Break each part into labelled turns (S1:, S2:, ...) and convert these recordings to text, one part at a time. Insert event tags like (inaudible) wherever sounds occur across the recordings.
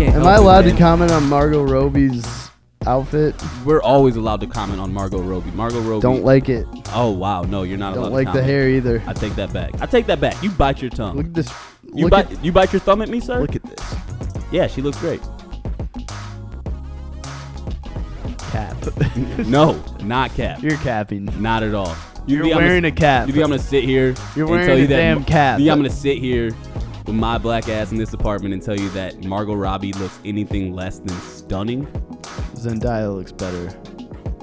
S1: I allowed to
S2: man.
S1: comment on Margot Robbie's outfit?
S2: We're always allowed to comment on Margot Robbie. Margot Robbie.
S1: Don't like it.
S2: Oh wow, no, you're not allowed.
S1: Don't like
S2: to
S1: the
S2: comment.
S1: hair either.
S2: I take that back. I take that back. You bite your tongue.
S1: Look at this.
S2: you
S1: look,
S2: bite.
S1: at,
S2: you bite your thumb at me, sir.
S1: look at this.
S2: yeah, she looks great.
S1: Cap.
S2: no, not cap.
S1: (laughs) You're capping.
S2: not at all.
S1: You're
S2: think I'm
S1: wearing
S2: gonna,
S1: a cap.
S2: You think I'm gonna sit here?
S1: You're
S2: and
S1: wearing
S2: tell you
S1: a
S2: that
S1: damn
S2: Ma-
S1: cap.
S2: You think I'm gonna sit here with my black ass in this apartment and tell you that Margot Robbie looks anything less than stunning?
S1: Zendaya looks better.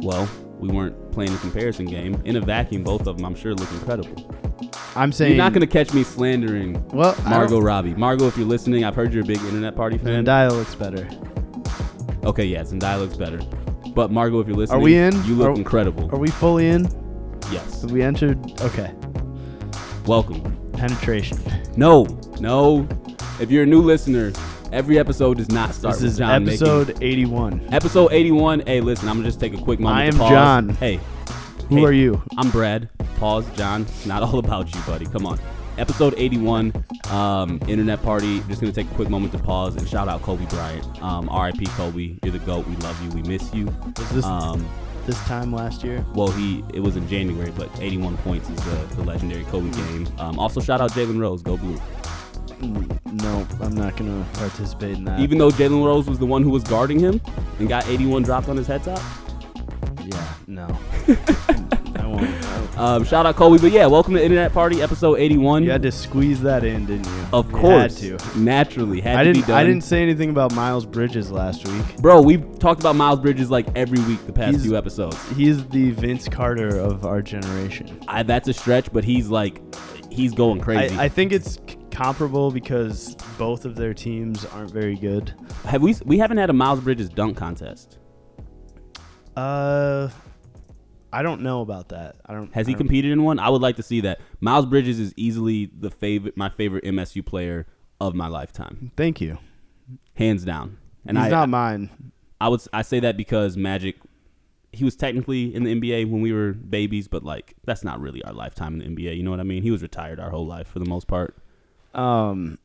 S2: Well, we weren't playing a comparison game. In a vacuum, both of them, I'm sure, look incredible.
S1: I'm saying.
S2: You're not gonna catch me slandering
S1: Well, I
S2: Margot
S1: don't-
S2: Robbie. Margot, if you're listening, I've heard you're a big internet party fan.
S1: Zendaya looks better.
S2: Okay, yeah, Zendaya looks better. But Margot, if you're listening,
S1: we in?
S2: You look
S1: Are-
S2: incredible.
S1: Are we fully in?
S2: yes.
S1: Have we entered? Okay.
S2: Welcome.
S1: Penetration.
S2: No, no. If you're a new listener, every episode does not start
S1: This
S2: with
S1: is
S2: John making-
S1: episode 81.
S2: Episode 81. Hey, listen, I'm gonna just take a quick moment.
S1: I
S2: to
S1: am
S2: pause.
S1: John.
S2: Hey,
S1: Who
S2: hey,
S1: are you?
S2: I'm Brad. Pause, John. It's not all about you, buddy. Come on. Episode 81, um, internet party. Just gonna take a quick moment to pause and shout out Kobe Bryant. Um, R.I.P. Kobe. You're the goat. We love you. We miss you.
S1: Was this
S2: Um,
S1: this time last year?
S2: well, he it was in January, but 81 points is the, the legendary Kobe game. Um, also, shout out Jalen Rose. Go blue.
S1: No, I'm not gonna participate in that.
S2: Even though Jalen Rose was the one who was guarding him and got 81 dropped on his head top.
S1: yeah, no.
S2: (laughs)
S1: I won't. I won't.
S2: Um, shout out Kobe. But yeah, welcome to Internet Party, episode 81.
S1: You had to squeeze that in, didn't you?
S2: Of
S1: You
S2: course,
S1: had to.
S2: naturally, had
S1: I
S2: to
S1: didn't.
S2: be done.
S1: I didn't say anything about Miles Bridges last week.
S2: Bro, we've talked about Miles Bridges like every week the past
S1: He's-
S2: few episodes.
S1: He's the Vince Carter of our generation.
S2: I, that's a stretch, but he's like, he's going crazy.
S1: I, I think it's c- comparable because both of their teams aren't very good.
S2: Have we? We haven't had a Miles Bridges dunk contest.
S1: Uh, I don't know about that. I don't.
S2: Has
S1: I
S2: he
S1: don't-
S2: competed in one? I would like to see that. Miles Bridges is easily the favorite, my favorite MSU player of my lifetime,
S1: Thank you.
S2: hands down. And
S1: He's
S2: I,
S1: not mine.
S2: I would I say that because Magic he was technically in the NBA when we were babies, but like that's not really our lifetime in the NBA, you know what I mean? He was retired our whole life for the most part.
S1: Um.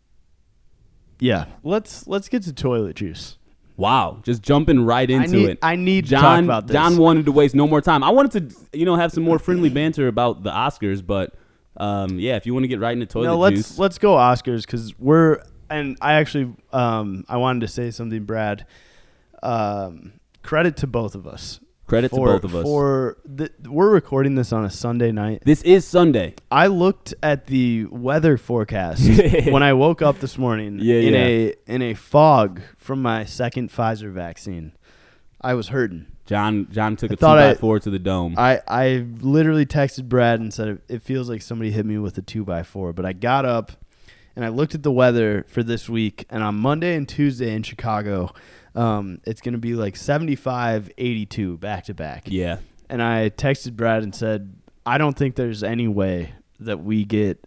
S1: Yeah. Let's let's get to toilet juice.
S2: Wow, just jumping right into
S1: I need,
S2: it.
S1: I need to talk
S2: John
S1: about this.
S2: John wanted to waste no more time. I wanted to you know have some more friendly banter about the Oscars, but um yeah, if you want to get right into toilet
S1: no, let's
S2: juice.
S1: let's go Oscars because we're and I actually um I wanted to say something, Brad. Um, credit to both of us.
S2: Credit to
S1: for-
S2: both of us.
S1: for the, we're recording this on a Sunday night.
S2: this is Sunday.
S1: I looked at the
S2: (laughs)
S1: weather forecast when I woke up this morning
S2: Yeah,
S1: in
S2: yeah.
S1: a in a fog from my second Pfizer vaccine. I was hurting.
S2: John John took a two
S1: thought
S2: by
S1: I-
S2: four to the dome.
S1: (laughs) I, I literally texted Brad and said "It- it feels like somebody hit me with a two by four. But I got up and I looked at the weather for this week, and on Monday and Tuesday in Chicago, um, it's going to be like 75, 82 back to back.
S2: yeah.
S1: And I texted Brad and said, I don't think there's any way that we get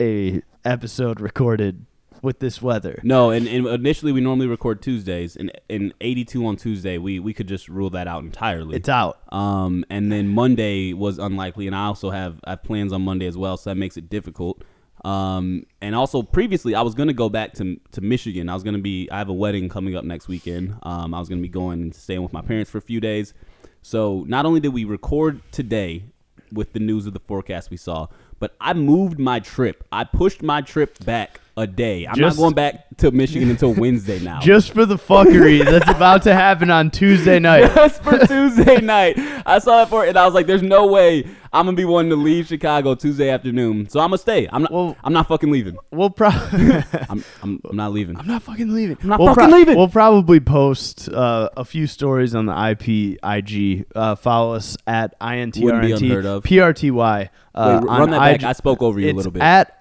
S1: a episode recorded with this weather.
S2: No, and, and initially we normally record Tuesdays, and and 82 on Tuesday we we could just rule that out entirely.
S1: It's out.
S2: um, and then Monday was unlikely, and I also have I have plans on Monday as well, so that makes it difficult. Um, and also previously I was gonna go back to to Michigan. I was gonna be I have a wedding coming up next weekend. Um, I was gonna be going and staying with my parents for a few days. So not only did we record today with the news of the forecast we saw, but I moved my trip. I pushed my trip back a day. I'm
S1: Just-
S2: not going back to Michigan until Wednesday now.
S1: Just for the fuckery that's about to happen on Tuesday night.
S2: just (laughs) for Tuesday night. I saw it for, and I was like, "There's no way I'm gonna be wanting to leave Chicago Tuesday afternoon." So I'm gonna stay. I'm not.
S1: Well-
S2: I'm not fucking leaving.
S1: We'll probably
S2: I'm. I'm, I'm not leaving.
S1: I'm not fucking leaving. I'm
S2: not fucking leaving.
S1: We'll probably post uh, a few stories on the IP IG. Uh, follow us at INTRNT
S2: Wouldn't be unheard of.
S1: PRTY. Uh,
S2: Wait,
S1: on
S2: run that back.
S1: IG
S2: I spoke over you a
S1: It's
S2: little bit.
S1: At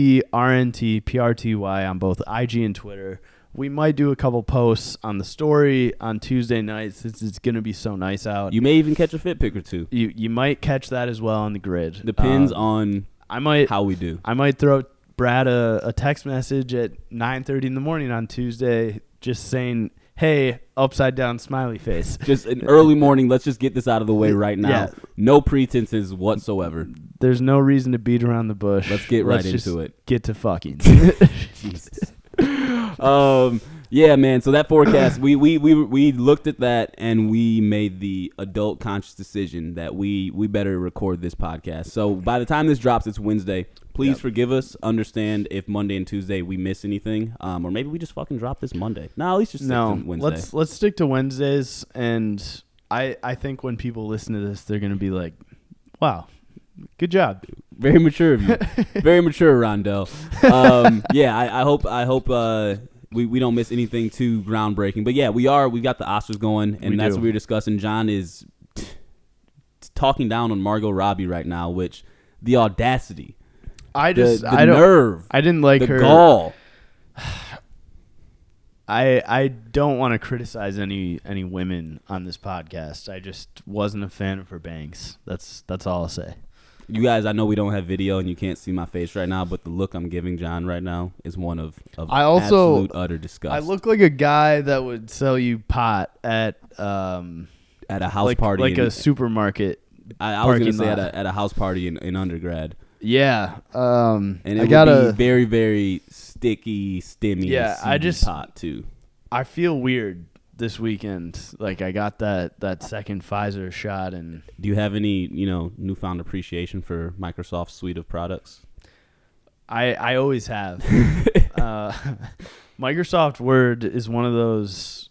S1: INTRNT PRTY on both IG and Twitter. We might do a couple posts on the story on Tuesday night since it's going to be so nice out. You,
S2: You may even catch a fit pick or two.
S1: you might catch that as well on the grid.
S2: Depends
S1: Um,
S2: on
S1: I might
S2: how we do.
S1: I might throw Brad a, a text message at 9:30 in the morning on Tuesday, just saying, "Hey, upside down smiley face."
S2: Just an early morning. Let's just get this out of the way right now.
S1: Yeah.
S2: No pretenses whatsoever.
S1: There's no reason to beat around the bush.
S2: Let's get right (laughs)
S1: just
S2: into it.
S1: Get to fucking.
S2: Jesus. um. Yeah, man. So that forecast, we, we we we looked at that and we made the adult conscious decision that we we better record this podcast. So by the time this drops, it's Wednesday. Please
S1: Yep.
S2: forgive us. Understand if Monday and Tuesday we miss anything, um, or maybe we just fucking drop this Monday. No, at least just
S1: no,
S2: Wednesday.
S1: let's let's stick to Wednesdays, and I I think when people listen to this, they're gonna be like, "Wow, good job."
S2: Very mature of
S1: (laughs)
S2: you. Very mature, Rondell. Um, yeah, I, I hope I hope uh, we, we don't miss anything too groundbreaking. But yeah, we are. We got the Oscars going, and
S1: We
S2: that's
S1: do.
S2: what we were discussing. John is t- t- talking down on Margot Robbie right now, which the audacity,
S1: I
S2: the,
S1: just
S2: the
S1: I don't
S2: nerve,
S1: I didn't like
S2: the
S1: her.
S2: gall.
S1: I I don't want to criticize any any women on this podcast. I just wasn't a fan of her bangs. That's that's all I'll say.
S2: You guys, I know we don't have video and you can't see my face right now, but the look I'm giving John right now is one of, of
S1: I also-
S2: absolute utter disgust.
S1: I look like a guy that would sell you pot at um
S2: at a house
S1: like
S2: party.
S1: like
S2: in-
S1: a supermarket.
S2: I- I was gonna
S1: parking
S2: say at
S1: lot.
S2: a, at a house party in, in undergrad.
S1: Yeah. Um
S2: and it
S1: I
S2: would
S1: got
S2: be
S1: to
S2: very very sticky, stemmy.
S1: Yeah, I
S2: seedy
S1: just-
S2: pot too.
S1: I feel weird this weekend. Like I got that that second Pfizer shot and
S2: Do you have any you know newfound appreciation for Microsoft's suite of products?
S1: I I
S2: (laughs)
S1: always have. uh, (laughs) Microsoft Word is one of those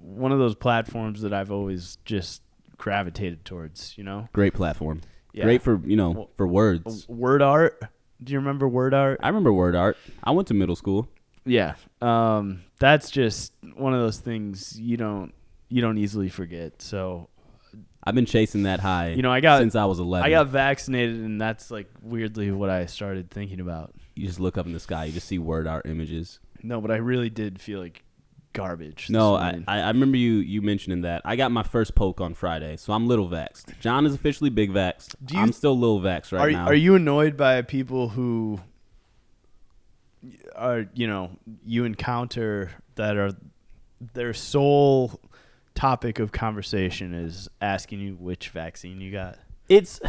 S1: one of those platforms that I've always just gravitated towards. You know,
S2: Great platform.
S1: Yeah.
S2: Great for you know
S1: Well- oh.
S2: for words.
S1: Word art. Do you remember Word art?
S2: I remember word art. I went to middle school.
S1: Yeah. Um, that's just one of those things you don't you don't easily forget. So
S2: I've been chasing that high.
S1: You know, I got-
S2: since I was eleven.
S1: I got vaccinated, and that's like weirdly what I started thinking about.
S2: you just look up in the sky, you just see word art images.
S1: No, but I really did feel like garbage. this
S2: No, I,
S1: morning.
S2: I I remember you you mentioning that. I got my first poke on Friday, so I'm little vaxxed. John is officially big vaxxed.
S1: Do you-
S2: I'm still little vaxxed right
S1: are,
S2: now.
S1: Are you annoyed by people who are you know you encounter that are their sole topic of conversation is asking you which vaccine you got?
S2: it's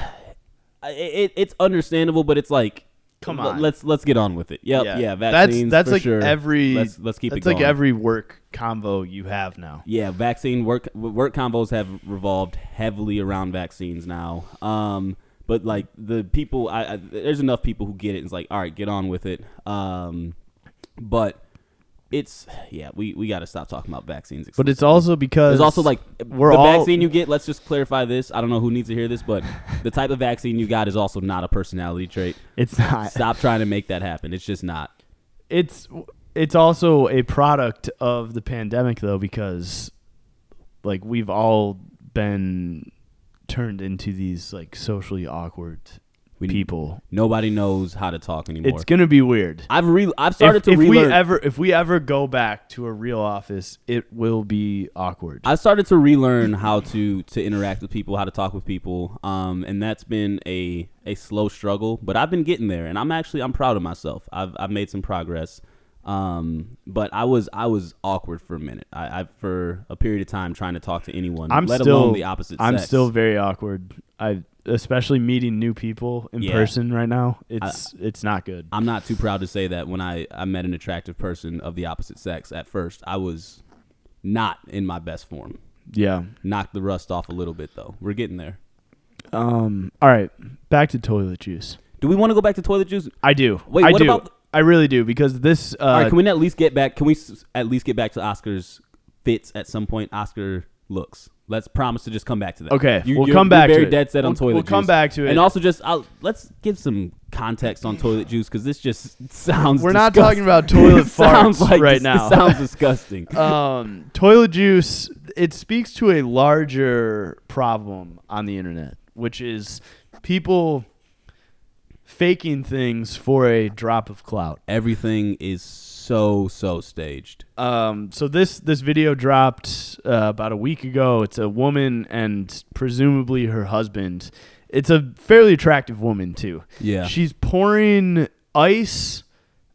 S2: I- it, it's understandable, but it's like
S1: Come
S2: l-
S1: on.
S2: let's let's get on with it. Yep, yeah,
S1: Yeah.
S2: yeah,
S1: That's-
S2: vaccines.
S1: that's
S2: for
S1: like
S2: sure.
S1: every-
S2: Let's let's keep
S1: That's
S2: it
S1: like
S2: going.
S1: every work combo you have now.
S2: yeah, vaccine work work combos have revolved heavily around vaccines now. Um, but like the people, I, I there's enough people who get it. And it's like, all right, get on with it. Um, but it's yeah, we we got to stop talking about vaccines.
S1: But it's also because
S2: There's also like
S1: we're
S2: the
S1: all-
S2: vaccine you get. Let's just clarify this. I don't know who needs to hear this, but the type of vaccine you got is also not a personality trait.
S1: it's not
S2: Stop trying to make that happen. It's just not.
S1: it's it's also a product of the pandemic though because like we've all been turned into these like socially awkward
S2: We-
S1: people.
S2: Nobody knows how to talk anymore.
S1: It's gonna be weird.
S2: I've re- I've started
S1: if,
S2: to
S1: if we
S2: relearn.
S1: ever if we ever go back to a real office, it will be awkward.
S2: I've started to relearn how to to interact with people, how to talk with people, um, and that's been a a slow struggle. But I've been getting there, and I'm actually I'm proud of myself. I've I've made some progress. Um, but I was I was awkward for a minute. I, I for a period of time trying to talk to anyone,
S1: I'm
S2: let
S1: still
S2: alone the opposite.
S1: I'm
S2: sex.
S1: still very awkward. I especially meeting new people in
S2: Yeah.
S1: person right now. It's it's not good.
S2: I'm not too proud to say that when I, I met an attractive person of the opposite sex at first, I was not in my best form.
S1: Yeah.
S2: Knocked the rust off a little bit though. We're getting there.
S1: Um. All right. Back to toilet juice.
S2: Do we want to go back to toilet juice?
S1: I do.
S2: Wait,
S1: I
S2: what
S1: do.
S2: about th-
S1: I really do because this. Uh,
S2: All right, can we at least get back? Can we s- at least get back to Oscar's fits at some point? Oscar looks. Let's promise to just come back to that.
S1: Okay,
S2: You-
S1: we'll
S2: you're-
S1: come
S2: you're
S1: back to
S2: Very
S1: it.
S2: dead set on
S1: We'll-
S2: toilet
S1: we'll
S2: juice.
S1: come back to it.
S2: And also, just I'll, let's give some context on toilet juice because this just (laughs) sounds.
S1: We're not
S2: disgusting.
S1: talking about toilet
S2: (laughs) It sounds
S1: farts
S2: like
S1: right
S2: dis-
S1: now.
S2: It (laughs) sounds
S1: (laughs)
S2: disgusting.
S1: um, toilet juice. It speaks to a larger problem on the internet, which is people faking things for a drop of clout.
S2: Everything is so so staged.
S1: Um, so this this video dropped uh, about a week ago. It's a woman and presumably her husband. It's a fairly attractive woman too.
S2: Yeah.
S1: She's pouring ice,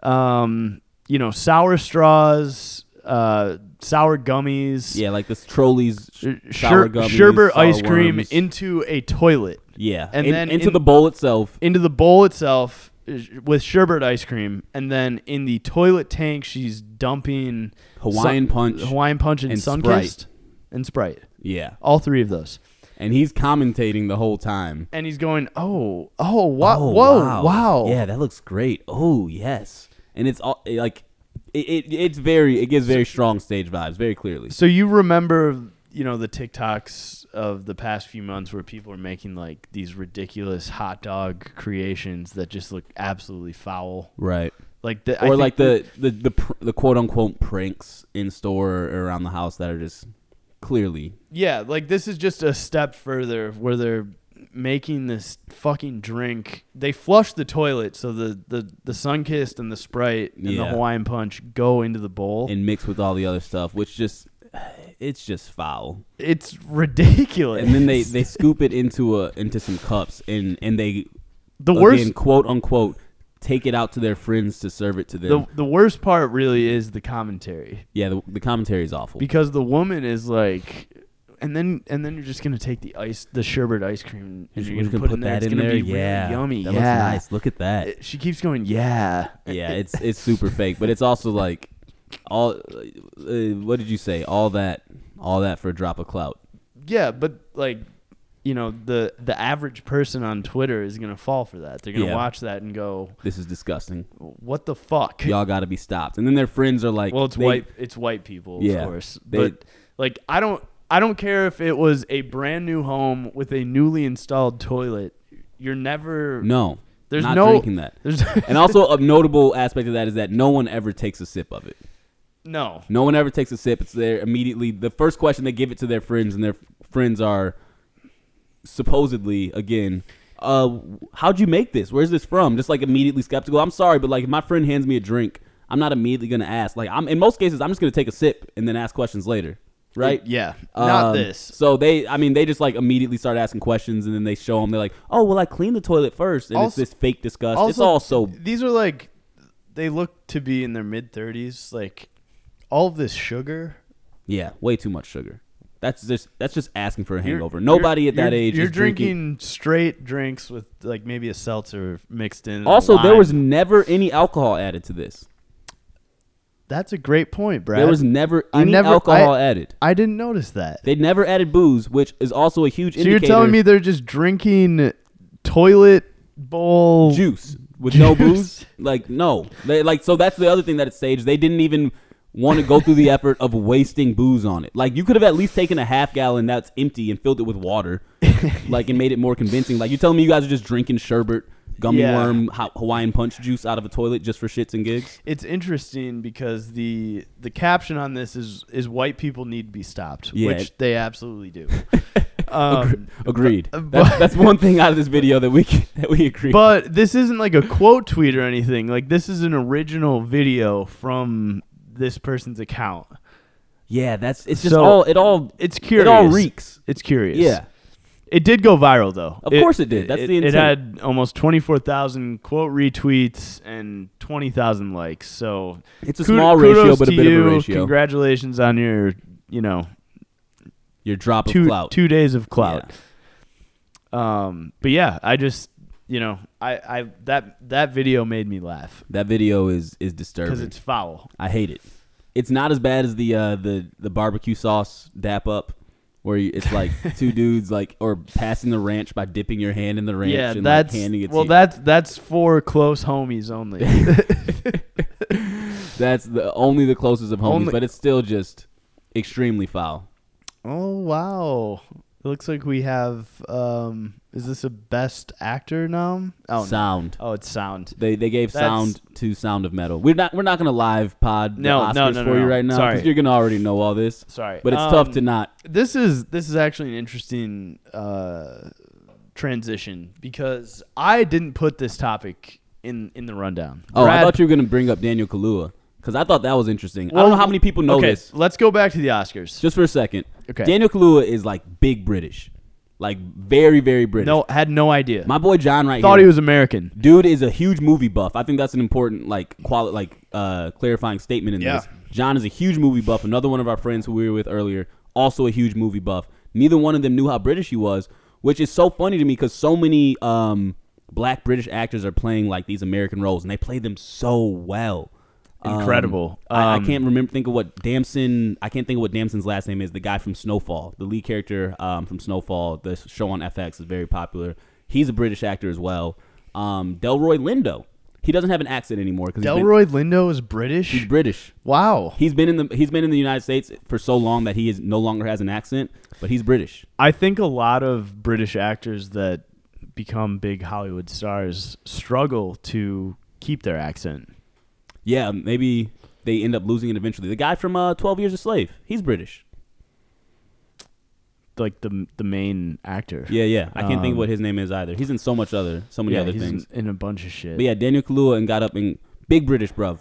S1: um, you know, sour straws, uh, sour gummies, uh,
S2: Yeah, like this trolleys, sh- sour
S1: sher-
S2: gummies,
S1: sherbet
S2: sour
S1: ice cream
S2: worms.
S1: into a toilet,
S2: yeah,
S1: and
S2: in-
S1: then
S2: into
S1: in-
S2: the bowl itself.
S1: into the bowl itself, uh, with sherbet ice cream, and then in the toilet tank she's dumping
S2: Hawaiian
S1: sun-
S2: Punch
S1: Hawaiian punch, and,
S2: and
S1: Sunkist
S2: Sprite.
S1: and Sprite.
S2: Yeah.
S1: All three of those,
S2: And he's commentating the whole time.
S1: and he's going, "Oh, oh, wow,
S2: Oh,
S1: whoa, wow.
S2: Yeah, that looks great. Oh, yes. And it's all it, like it, it it's very it gives very strong stage vibes, very clearly.
S1: So you remember, you know, the TikToks of the past few months where people are making like these ridiculous hot dog creations that just look absolutely foul,
S2: Right.
S1: like the, I
S2: Or
S1: think
S2: like the the the, pr- the quote unquote pranks in store or around the house that are just clearly
S1: Yeah, like this is just a step further where they're making this fucking drink. They flush the toilet so the the the Sunkist and the Sprite and the
S2: Yeah.
S1: Hawaiian Punch go into the bowl.
S2: and mixed with all the other stuff, which just (sighs) it's just foul.
S1: it's ridiculous.
S2: And then they
S1: (laughs)
S2: they scoop it into a into some cups and and they
S1: the
S2: again,
S1: worst
S2: quote unquote take it out to their friends to serve it to them.
S1: the, the worst part really is the commentary
S2: yeah, the, the commentary is awful.
S1: because the woman is like and then and then you're just going to take the ice the sherbet ice cream and
S2: We're
S1: you're
S2: just
S1: going to put, it in there.
S2: that
S1: It's
S2: in
S1: going to
S2: there.
S1: be
S2: yeah,
S1: really yummy.
S2: That
S1: yeah.
S2: looks nice. Look at
S1: (laughs)
S2: that.
S1: She keeps going, "Yeah."
S2: Yeah, it's it's super fake, but it's also like all. Uh, what did you say? All that, all that for a drop of clout.
S1: Yeah, but like, you know, the the average person on Twitter is gonna fall for that. They're gonna
S2: Yeah.
S1: watch that and go,
S2: This is disgusting.
S1: "What the fuck?"
S2: Y'all got to be stopped. And then their friends are like,
S1: well, it's
S2: they-
S1: white. It's white people,
S2: Yeah,
S1: of course.
S2: they-
S1: but like, I don't. I don't care if it was a brand new home with a newly installed toilet. You're never.
S2: No,
S1: There's
S2: not
S1: no-
S2: drinking that.
S1: There's
S2: and also a notable aspect of that is that no one ever takes a sip of it.
S1: no.
S2: No one ever takes a sip. It's there immediately. The first question they give it to their friends, and their friends are supposedly again, uh, "How'd you make this? Where's this from?" Just like immediately skeptical. I'm sorry, but like if my friend hands me a drink, I'm not immediately gonna ask. Like I'm in most cases, I'm just gonna take a sip and then ask questions later, right?
S1: Yeah. Not
S2: Um,
S1: this.
S2: So they, I mean, they just like immediately start asking questions, and then they show them. They're like, "Oh, well, I cleaned the toilet first, and it's
S1: Also-
S2: this fake disgust. it's
S1: Also,
S2: all so
S1: These are like, they look to be in their mid thirties. Like, all of this sugar.
S2: Yeah, way too much sugar. That's just that's just asking for a
S1: You're-
S2: hangover.
S1: you're-
S2: Nobody at that
S1: you're-
S2: age
S1: You're
S2: is
S1: drinking,
S2: drinking.
S1: straight drinks with like maybe a seltzer mixed in. and
S2: Also, there
S1: lime.
S2: was never any alcohol added to this.
S1: that's a great point, Brad.
S2: There was never
S1: I
S2: any
S1: never-
S2: alcohol
S1: I-
S2: added.
S1: I didn't notice that.
S2: They never added booze, which is also a huge
S1: so you're
S2: indicator.
S1: telling me they're just drinking toilet bowl
S2: juice with no
S1: Juice.
S2: booze? Like no, they, like so that's the other thing that it staged. They didn't even want to go through the effort of wasting booze on it. Like you could have at least taken a half gallon that's empty and filled it with
S1: (laughs)
S2: water, like and made it more convincing. Like you telling me you guys are just drinking sherbet, gummy
S1: Yeah.
S2: worm, ha- Hawaiian punch juice out of a toilet just for shits and gigs?
S1: It's interesting because the the caption on this is is white people need to be stopped,
S2: Yeah.
S1: which they
S2: (laughs)
S1: absolutely do. um,
S2: Agreed.
S1: but-
S2: that's, that's one thing out of this video that we can, that we agree.
S1: but this isn't like a quote tweet or anything. Like this is an original video from this person's account.
S2: yeah, that's it's just
S1: So-
S2: all it all
S1: It's curious.
S2: it all reeks.
S1: It's curious.
S2: Yeah,
S1: It did go viral though.
S2: Of course it did. That's
S1: it,
S2: the
S1: It
S2: intent.
S1: had almost 24,000 quote retweets and 20,000 likes. So
S2: it's a
S1: kud-
S2: small ratio,
S1: kudos
S2: but a
S1: to
S2: bit
S1: you.
S2: of a ratio.
S1: Congratulations on your, you know,
S2: Your drop of
S1: two
S2: clout.
S1: two days of clout.
S2: Yeah.
S1: Um, but yeah, I just, you know, I, I that that video made me laugh
S2: That video is is
S1: because
S2: disturbing.
S1: it's foul.
S2: I hate it. It's not as bad as the uh, the the barbecue sauce dap up, where you, it's
S1: (laughs)
S2: like two dudes like or passing the ranch by dipping your hand in the ranch
S1: Yeah,
S2: and
S1: that's
S2: like handing it.
S1: well,
S2: to
S1: that's that's for close homies only.
S2: (laughs) you. that's the only the closest of homies,
S1: Only-
S2: but it's still just extremely foul.
S1: Oh wow! It looks like we have. Um, is this a best actor nom? Oh, no.
S2: sound.
S1: oh, it's sound.
S2: They they gave
S1: That's-
S2: sound to Sound of Metal. We're not we're not gonna live pod the
S1: No,
S2: Oscars
S1: no, no, no,
S2: for you
S1: no.
S2: right now
S1: Sorry.
S2: you're gonna already know all this.
S1: Sorry,
S2: But it's
S1: Um,
S2: tough to not.
S1: This is this is actually an interesting uh, transition because I didn't put this topic in in the rundown.
S2: Oh, I
S1: Brad-
S2: thought you were gonna bring up Daniel Kalua because I thought that was interesting. I don't know how many people know
S1: okay,
S2: this.
S1: Let's go back to the Oscars.
S2: just for a second.
S1: Okay.
S2: Daniel Kalua is like big British, like very very British.
S1: No, had no idea.
S2: my boy John right
S1: thought
S2: here.
S1: he was American.
S2: dude is a huge movie buff. I think that's an important like quali- like uh, clarifying statement in
S1: Yeah.
S2: this. John is a huge movie buff. Another one of our friends who we were with earlier, also a huge movie buff. Neither one of them knew how British he was, which is so funny to me because so many um, black British actors are playing like these American roles, and they play them so well. Um,
S3: Incredible.
S2: I, I
S3: Um,
S2: can't remember think of what Damson. I can't think of what Damson's last name is. The guy from Snowfall, the lead character um, from Snowfall, the show on FX is very popular. He's a British actor as well. Um, Delroy Lindo. He doesn't have an accent anymore because
S3: Delroy Lindo is British.
S2: he's British.
S3: wow.
S2: He's been in the he's been in the United States for so long that he is no longer has an accent, but he's British.
S1: I think a lot of British actors that become big Hollywood stars struggle to keep their accent.
S2: Yeah, maybe they end up losing it eventually. The guy from uh, Twelve Years a Slave, he's British.
S1: Like the the main actor.
S2: Yeah, yeah. I can't think of
S1: Um,
S2: what his name is either. He's in so much other so many
S1: Yeah,
S2: other
S1: he's
S2: things.
S1: in, in a bunch of shit.
S2: But yeah, Daniel Kaluuya and got up in big British bruv.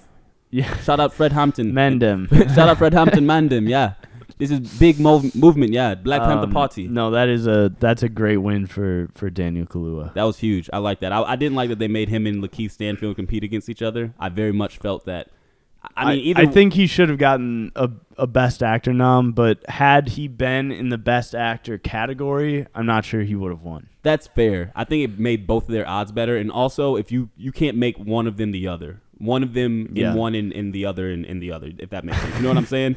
S1: Yeah.
S2: Shout out Fred Hampton.
S1: Mendham.
S2: (laughs) Shout out Fred Hampton Mandem. Yeah, this is big mov- movement. Yeah, Black Panther
S1: Um,
S2: Party.
S1: No, that is a that's a great win for for Daniel Kaluuya.
S2: That was huge. I like that. I, I didn't like that they made him and Lakeith Stanfield compete against each other. I very much felt that. I I mean, either
S1: I think he should have gotten a, a best actor nom, but had he been in the best actor category, I'm not sure he would have won.
S2: that's fair. I think it made both of their odds better. And also, if you you can't make one of them the other, one of them
S1: Yeah.
S2: in one and, and the other in, in the other. If that makes sense, you know what I'm saying.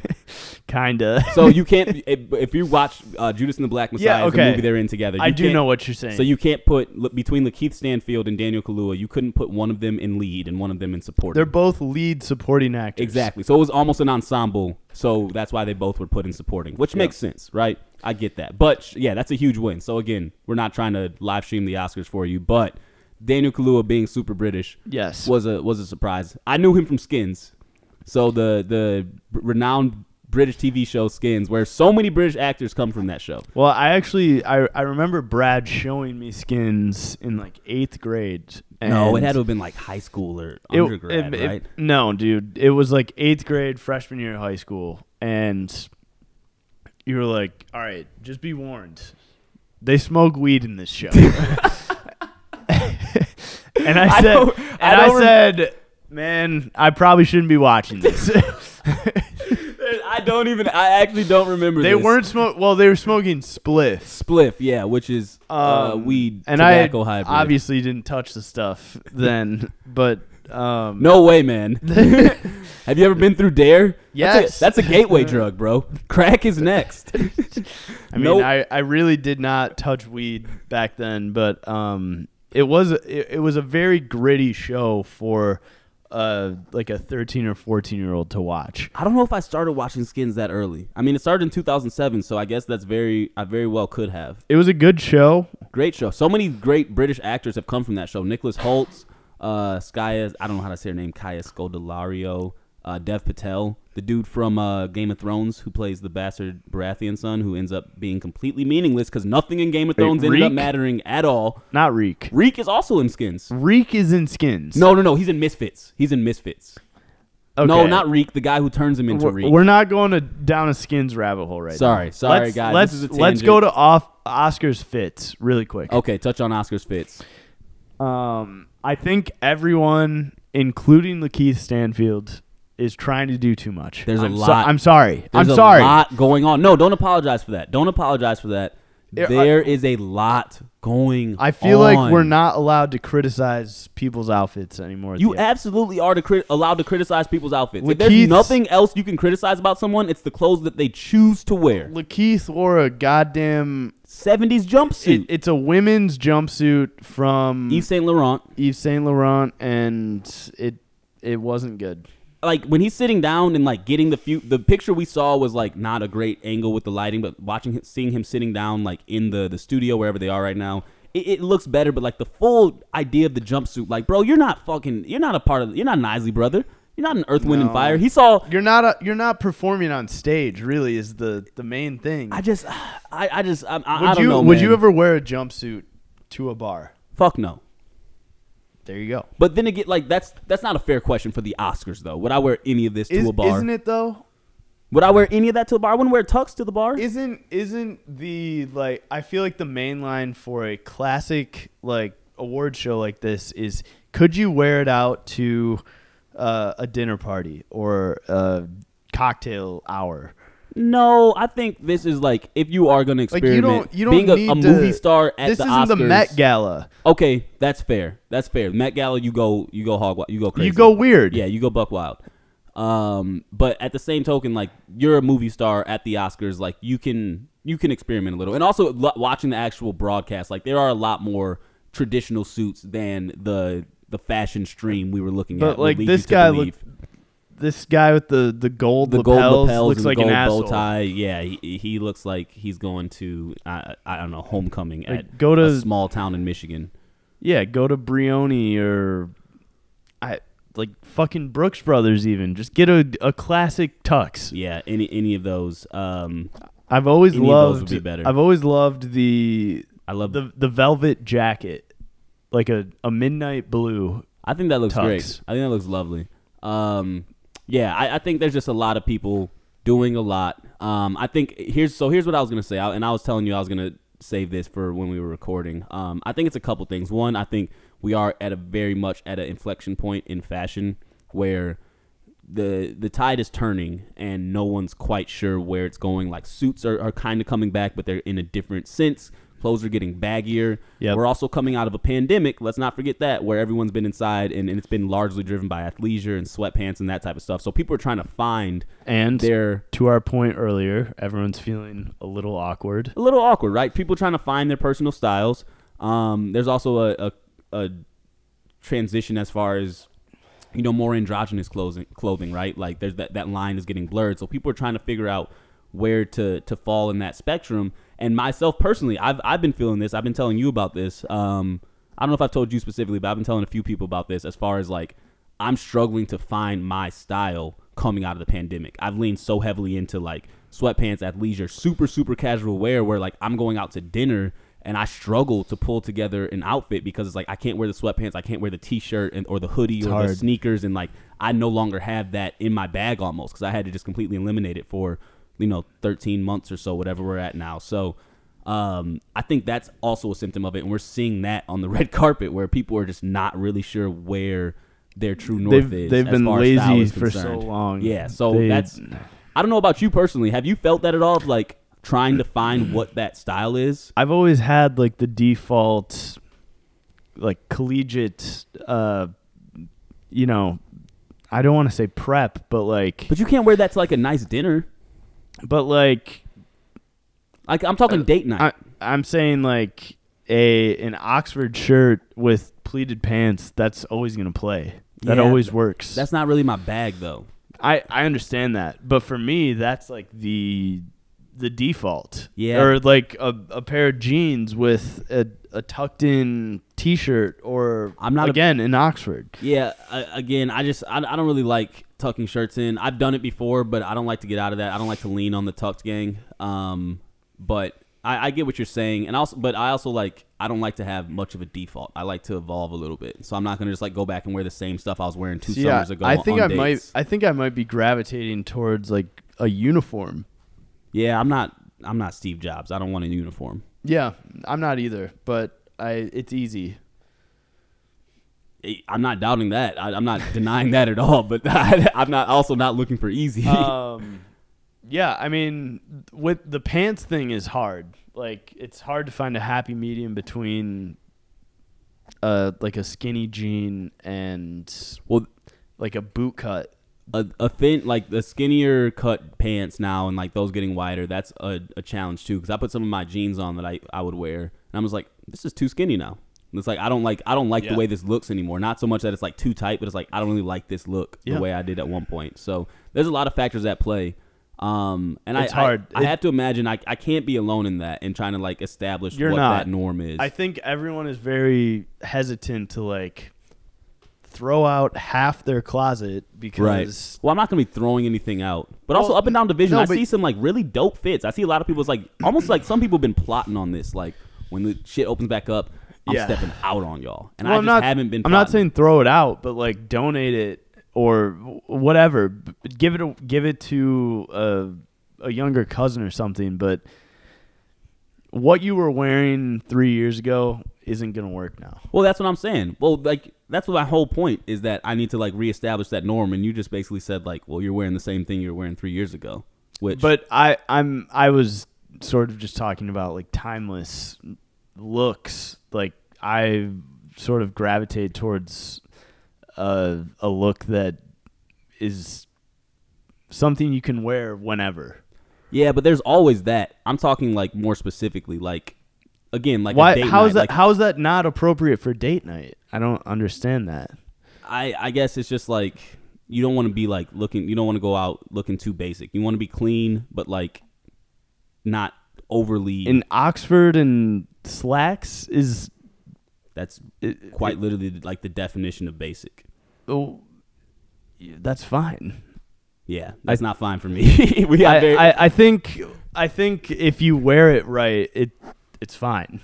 S1: Kinda.
S2: so you can't if, if you watch uh, Judas and the Black Messiah,
S1: Yeah,
S2: it's the
S1: okay.
S2: movie they're in together.
S1: (laughs) I
S2: you
S1: do
S2: can't-
S1: know what you're saying.
S2: So you can't put look, between Lakeith Stanfield and Daniel Kaluuya, you couldn't put one of them in lead and one of them in support.
S3: They're both lead supporting actors.
S2: Exactly. So it was almost an ensemble. So that's why they both were put in supporting, which makes sense, right? I get that. But sh- yeah, that's a huge win. So again, we're not trying to live stream the Oscars for you, but Daniel Kaluuya being super British
S3: Yes.
S2: was a was a surprise. I knew him from Skins. So the the renowned British TV show Skins, where so many British actors come from that show.
S1: well, I actually I, I remember Brad showing me skins in like eighth grade. And
S2: no, it had to have been like high school or
S1: it-
S2: undergrad,
S1: it- it-
S2: right?
S1: no, dude. It was like eighth grade, freshman year of high school, and you were like, All right, just be warned. They smoke weed in this show. (laughs) and I
S2: I
S1: said
S2: don't-
S1: and
S2: I
S1: I,
S2: don't rem-
S1: said, Man, I probably shouldn't be watching
S2: (laughs)
S1: this.
S2: I don't even. I actually don't remember.
S1: they
S2: this.
S1: weren't smoke well, they were smoking spliff.
S2: spliff, yeah, which is uh,
S1: Um,
S2: weed
S1: and I
S2: tobacco hybrid.
S1: obviously didn't touch the stuff then, but um
S2: no way,
S1: (laughs)
S2: man. (laughs) Have you ever been through Dare?
S3: Yes.
S2: that's a, that's a
S1: (laughs)
S2: gateway drug, bro. Crack is next. (laughs)
S1: I mean,
S2: Nope.
S1: I, I really did not touch weed back then, but um, it was it, it was a very gritty show for uh like a thirteen or fourteen year old to watch.
S2: I don't know if I started watching Skins that early. I mean, it started in 2007, so I guess that's very. I very well could have.
S1: It was a good show.
S2: Great show. So many great British actors have come from that show. Nicholas Holtz, uh, Skaya, I don't know how to say her name, Kaya Scodelario, uh, Dev Patel, the dude from uh, Game of Thrones who plays the bastard Baratheon son who ends up being completely meaningless because nothing in Game of Thrones ended up
S1: Reek?
S2: mattering at all.
S1: Not Reek.
S2: Reek is also in Skins.
S1: Reek is in Skins.
S2: No, no, no. He's in Misfits. He's in Misfits. No,
S1: Okay.
S2: not Reek, the guy who turns him into
S1: We're,
S2: Reek.
S1: we're not going to down a Skins rabbit hole right
S2: sorry,
S1: now.
S2: sorry,
S1: let's,
S2: guys.
S1: Let's
S2: this is a tangent.
S1: let's go to off Oscars fits really quick.
S2: Okay, touch on Oscar's fits.
S1: Um, I think everyone, including Lakeith Stanfield, is trying to do too much.
S2: There's a
S1: I'm so-
S2: lot-
S1: I'm sorry.
S2: There's
S1: I'm
S2: a
S1: sorry.
S2: lot going on. No, don't apologize for that. Don't apologize for that.
S1: Yeah, I-
S2: There is a lot going
S1: I feel like we're
S2: on.
S1: not allowed to criticize people's outfits anymore. at
S2: You
S1: the end.
S2: absolutely are to crit- allowed to criticize people's outfits. If there's
S1: Lakeith's-
S2: nothing else you can criticize about someone, it's the clothes that they choose to wear.
S1: Lakeith wore a goddamn.
S2: 70s
S1: It,
S2: jumpsuit.
S1: it's a women's jumpsuit from
S2: Yves Saint Laurent.
S1: Yves Saint Laurent, and it it wasn't good.
S2: Like when he's sitting down and like getting the few, the picture we saw was like not a great angle with the lighting, but watching him, seeing him sitting down like in the the studio wherever they are right now, it, it looks better. But like the full idea of the jumpsuit, like bro, you're not fucking, you're not a part of, you're not an Isley brother, you're not an Earth, Wind and
S1: No.
S2: Fire. He saw
S1: You're not a, you're not performing on stage. Really, is the the main thing.
S2: I just, I, I just, I, I,
S1: would
S2: I don't
S1: you
S2: know.
S1: would
S2: man.
S1: you ever wear a jumpsuit to a bar?
S2: Fuck no.
S1: There you go.
S2: But then again, like that's that's not a fair question for the Oscars though. Would I wear any of this
S1: Is,
S2: to a bar?
S1: Isn't it though?
S2: Would I wear any of that to a bar? I wouldn't wear tux to the bar.
S1: Isn't isn't the like I feel like the main line for a classic like award show like this is could you wear it out to uh, a dinner party or a cocktail hour?
S2: No, I think this is like if you are going to
S1: Like you
S2: experiment,
S1: don't you don't
S2: being a,
S1: need
S2: a
S1: to-
S2: movie star at
S1: this
S2: the
S1: isn't
S2: Oscars.
S1: the Met Gala.
S2: okay, that's fair. That's fair. Met Gala, you go, you go hog, wild- you go crazy.
S1: You go weird.
S2: Yeah, you go buck wild. Um, but at the same token, like you're a movie star at the Oscars, like you can you can experiment a little, and also lo- watching the actual broadcast, like there are a lot more traditional suits than the the fashion stream we were looking
S1: But,
S2: at. would
S1: like,
S2: lead you
S1: this
S2: to
S1: guy
S2: believe.
S1: This guy with the the gold
S2: the
S1: lapels,
S2: gold lapels
S1: looks
S2: and the
S1: like
S2: gold
S1: an
S2: bow
S1: asshole.
S2: tie. Yeah, he, he looks like he's going to I, I don't know homecoming
S1: Like,
S2: at
S1: go to-
S2: a small town in Michigan.
S1: Yeah, go to Brioni or I like fucking Brooks Brothers even. Just get a a classic tux.
S2: Yeah, any any of those. Um,
S1: I've always
S2: Any of those
S1: loved
S2: would be better.
S1: I've always loved the
S2: I love.
S1: the the velvet jacket. Like a, a midnight blue.
S2: I think that looks great.
S1: Tux.
S2: I think that looks lovely. Um, yeah, I, I think there's just a lot of people doing a lot. Um, I think here's so here's what I was gonna say, I, and I was telling you I was gonna save this for when we were recording. Um, I think it's a couple things. One, I think we are at a very much at an inflection point in fashion where the the tide is turning and no one's quite sure where it's going. Like suits are, are kind of coming back, but they're in a different sense. Clothes are getting baggier.
S1: Yep.
S2: We're also coming out of a pandemic. Let's not forget that, where everyone's been inside and, and it's been largely driven by athleisure and sweatpants and that type of stuff. So people are trying to find
S1: And
S2: their
S1: to our point earlier, everyone's feeling a little awkward.
S2: a little awkward, right? People trying to find their personal styles. Um, there's also a, a, a transition as far as you know more androgynous clothing, clothing, right? Like there's that that line is getting blurred, so people are trying to figure out where to to fall in that spectrum. And myself personally, I've I've been feeling this. I've been telling you about this. Um, I don't know if I've told you specifically, but I've been telling a few people about this. As far as like, I'm struggling to find my style coming out of the pandemic. I've leaned so heavily into like sweatpants, athleisure, super super casual wear, where like I'm going out to dinner and I struggle to pull together an outfit because it's like I can't wear the sweatpants, I can't wear the t-shirt and or the hoodie or the
S1: hard.
S2: sneakers, and like I no longer have that in my bag almost because I had to just completely eliminate it for you know 13 months or so, whatever we're at now. So um, I think that's also a symptom of it, and we're seeing that on the (laughs) red carpet where people are just not really sure where their true north
S1: They've-
S2: is.
S1: they've
S2: as
S1: been
S2: far as style
S1: lazy
S2: is
S1: for so
S2: concerned.
S1: long.
S2: Yeah, so
S1: They-
S2: that's I don't know about you personally. Have you felt that at all? Of like trying to find what that style is.
S1: I've always had like the default, like collegiate, uh, you know, I don't want to say prep, but like,
S2: But you can't wear that to like a nice dinner.
S1: but like,
S2: Like I'm talking date night.
S1: Uh, I, I'm saying like a an Oxford shirt with pleated pants. That's always gonna play. That
S2: Yeah,
S1: always works.
S2: That's not really my bag though.
S1: I I understand that, but for me, that's like the the default.
S2: Yeah.
S1: Or like a, a pair of jeans with a, a tucked in t shirt, or
S2: I'm not a-
S1: again in Oxford.
S2: Yeah. I, again, I just I, I don't really like tucking shirts in. I've done it before, but I don't like to get out of that. I don't like to lean on the tucked gang. Um, but I, I get what you're saying, and also, but I also like I don't like to have much of a default. I like to evolve a little bit, so I'm not gonna just like go back and wear the same stuff I was wearing two
S1: See, I-
S2: summers ago.
S1: I think
S2: on
S1: I might.
S2: dates.
S1: I think I might be gravitating towards like a uniform.
S2: Yeah, I'm not. I'm not Steve Jobs. I don't want a uniform.
S1: Yeah, I'm not either, but I it's easy.
S2: I'm not doubting that. I, I'm not denying that at all. But (laughs) I, I'm not also not looking for (laughs) easy.
S1: Um, yeah, I mean, with the pants thing is hard. Like it's hard to find a happy medium between, uh, like a skinny jean and
S2: well,
S1: like a boot cut.
S2: a, a thin like the skinnier cut pants now and like those getting wider that's a, a challenge too because i put some of my jeans on that I, I would wear and i was like this is too skinny now And it's like i don't like i don't like the
S1: Yeah.
S2: way this looks anymore not so much that it's like too tight but it's like i don't really like this look
S1: Yeah.
S2: the way i did at one point so there's a lot of factors at play um and
S1: It's
S2: I, I-
S1: hard.
S2: I,
S1: It-
S2: have to imagine I, I can't be alone in that and trying to like establish
S1: You're
S2: what
S1: not.
S2: that norm is
S1: I think everyone is very hesitant to like throw out half their closet because
S2: Well, I'm not gonna be throwing anything out, but also
S1: Well,
S2: up and down division,
S1: no,
S2: I
S1: but-
S2: see some like really dope fits. I see a lot of people's like almost like some people been plotting on this. Like when the shit opens back up, I'm
S1: Yeah.
S2: stepping out on y'all, and
S1: Well,
S2: I
S1: I'm
S2: just
S1: not-
S2: haven't been.
S1: I'm not
S2: plotting.
S1: saying throw it out, but like donate it or wh- whatever. B- Give it a, give it to a, a younger cousin or something. But what you were wearing three years ago isn't gonna work now.
S2: Well, that's what I'm saying. Well, like that's what my whole point is that I need to like reestablish that norm, and you just basically said like, well, you're wearing the same thing you were wearing three years ago. switch.
S1: But I, I'm, I was sort of just talking about like timeless looks. Like I sort of gravitate towards uh, a look that is something you can wear whenever.
S2: yeah, but there's always that. I'm talking like more specifically, like again, like a
S1: Why?
S2: date
S1: How
S2: night,
S1: is that?
S2: like,
S1: how is that not appropriate for date night? I don't understand that.
S2: I I guess it's just like you don't want to be like looking. You don't want to go out looking too basic. You want to be clean, but like not overly.
S1: In Oxford and slacks is
S2: that's quite literally like the definition of basic.
S1: oh, yeah, that's fine.
S2: Yeah, that's not fine for
S1: (laughs)
S2: me. we got
S1: I,
S2: very,
S1: I, I think I think if you wear it right, it it's fine.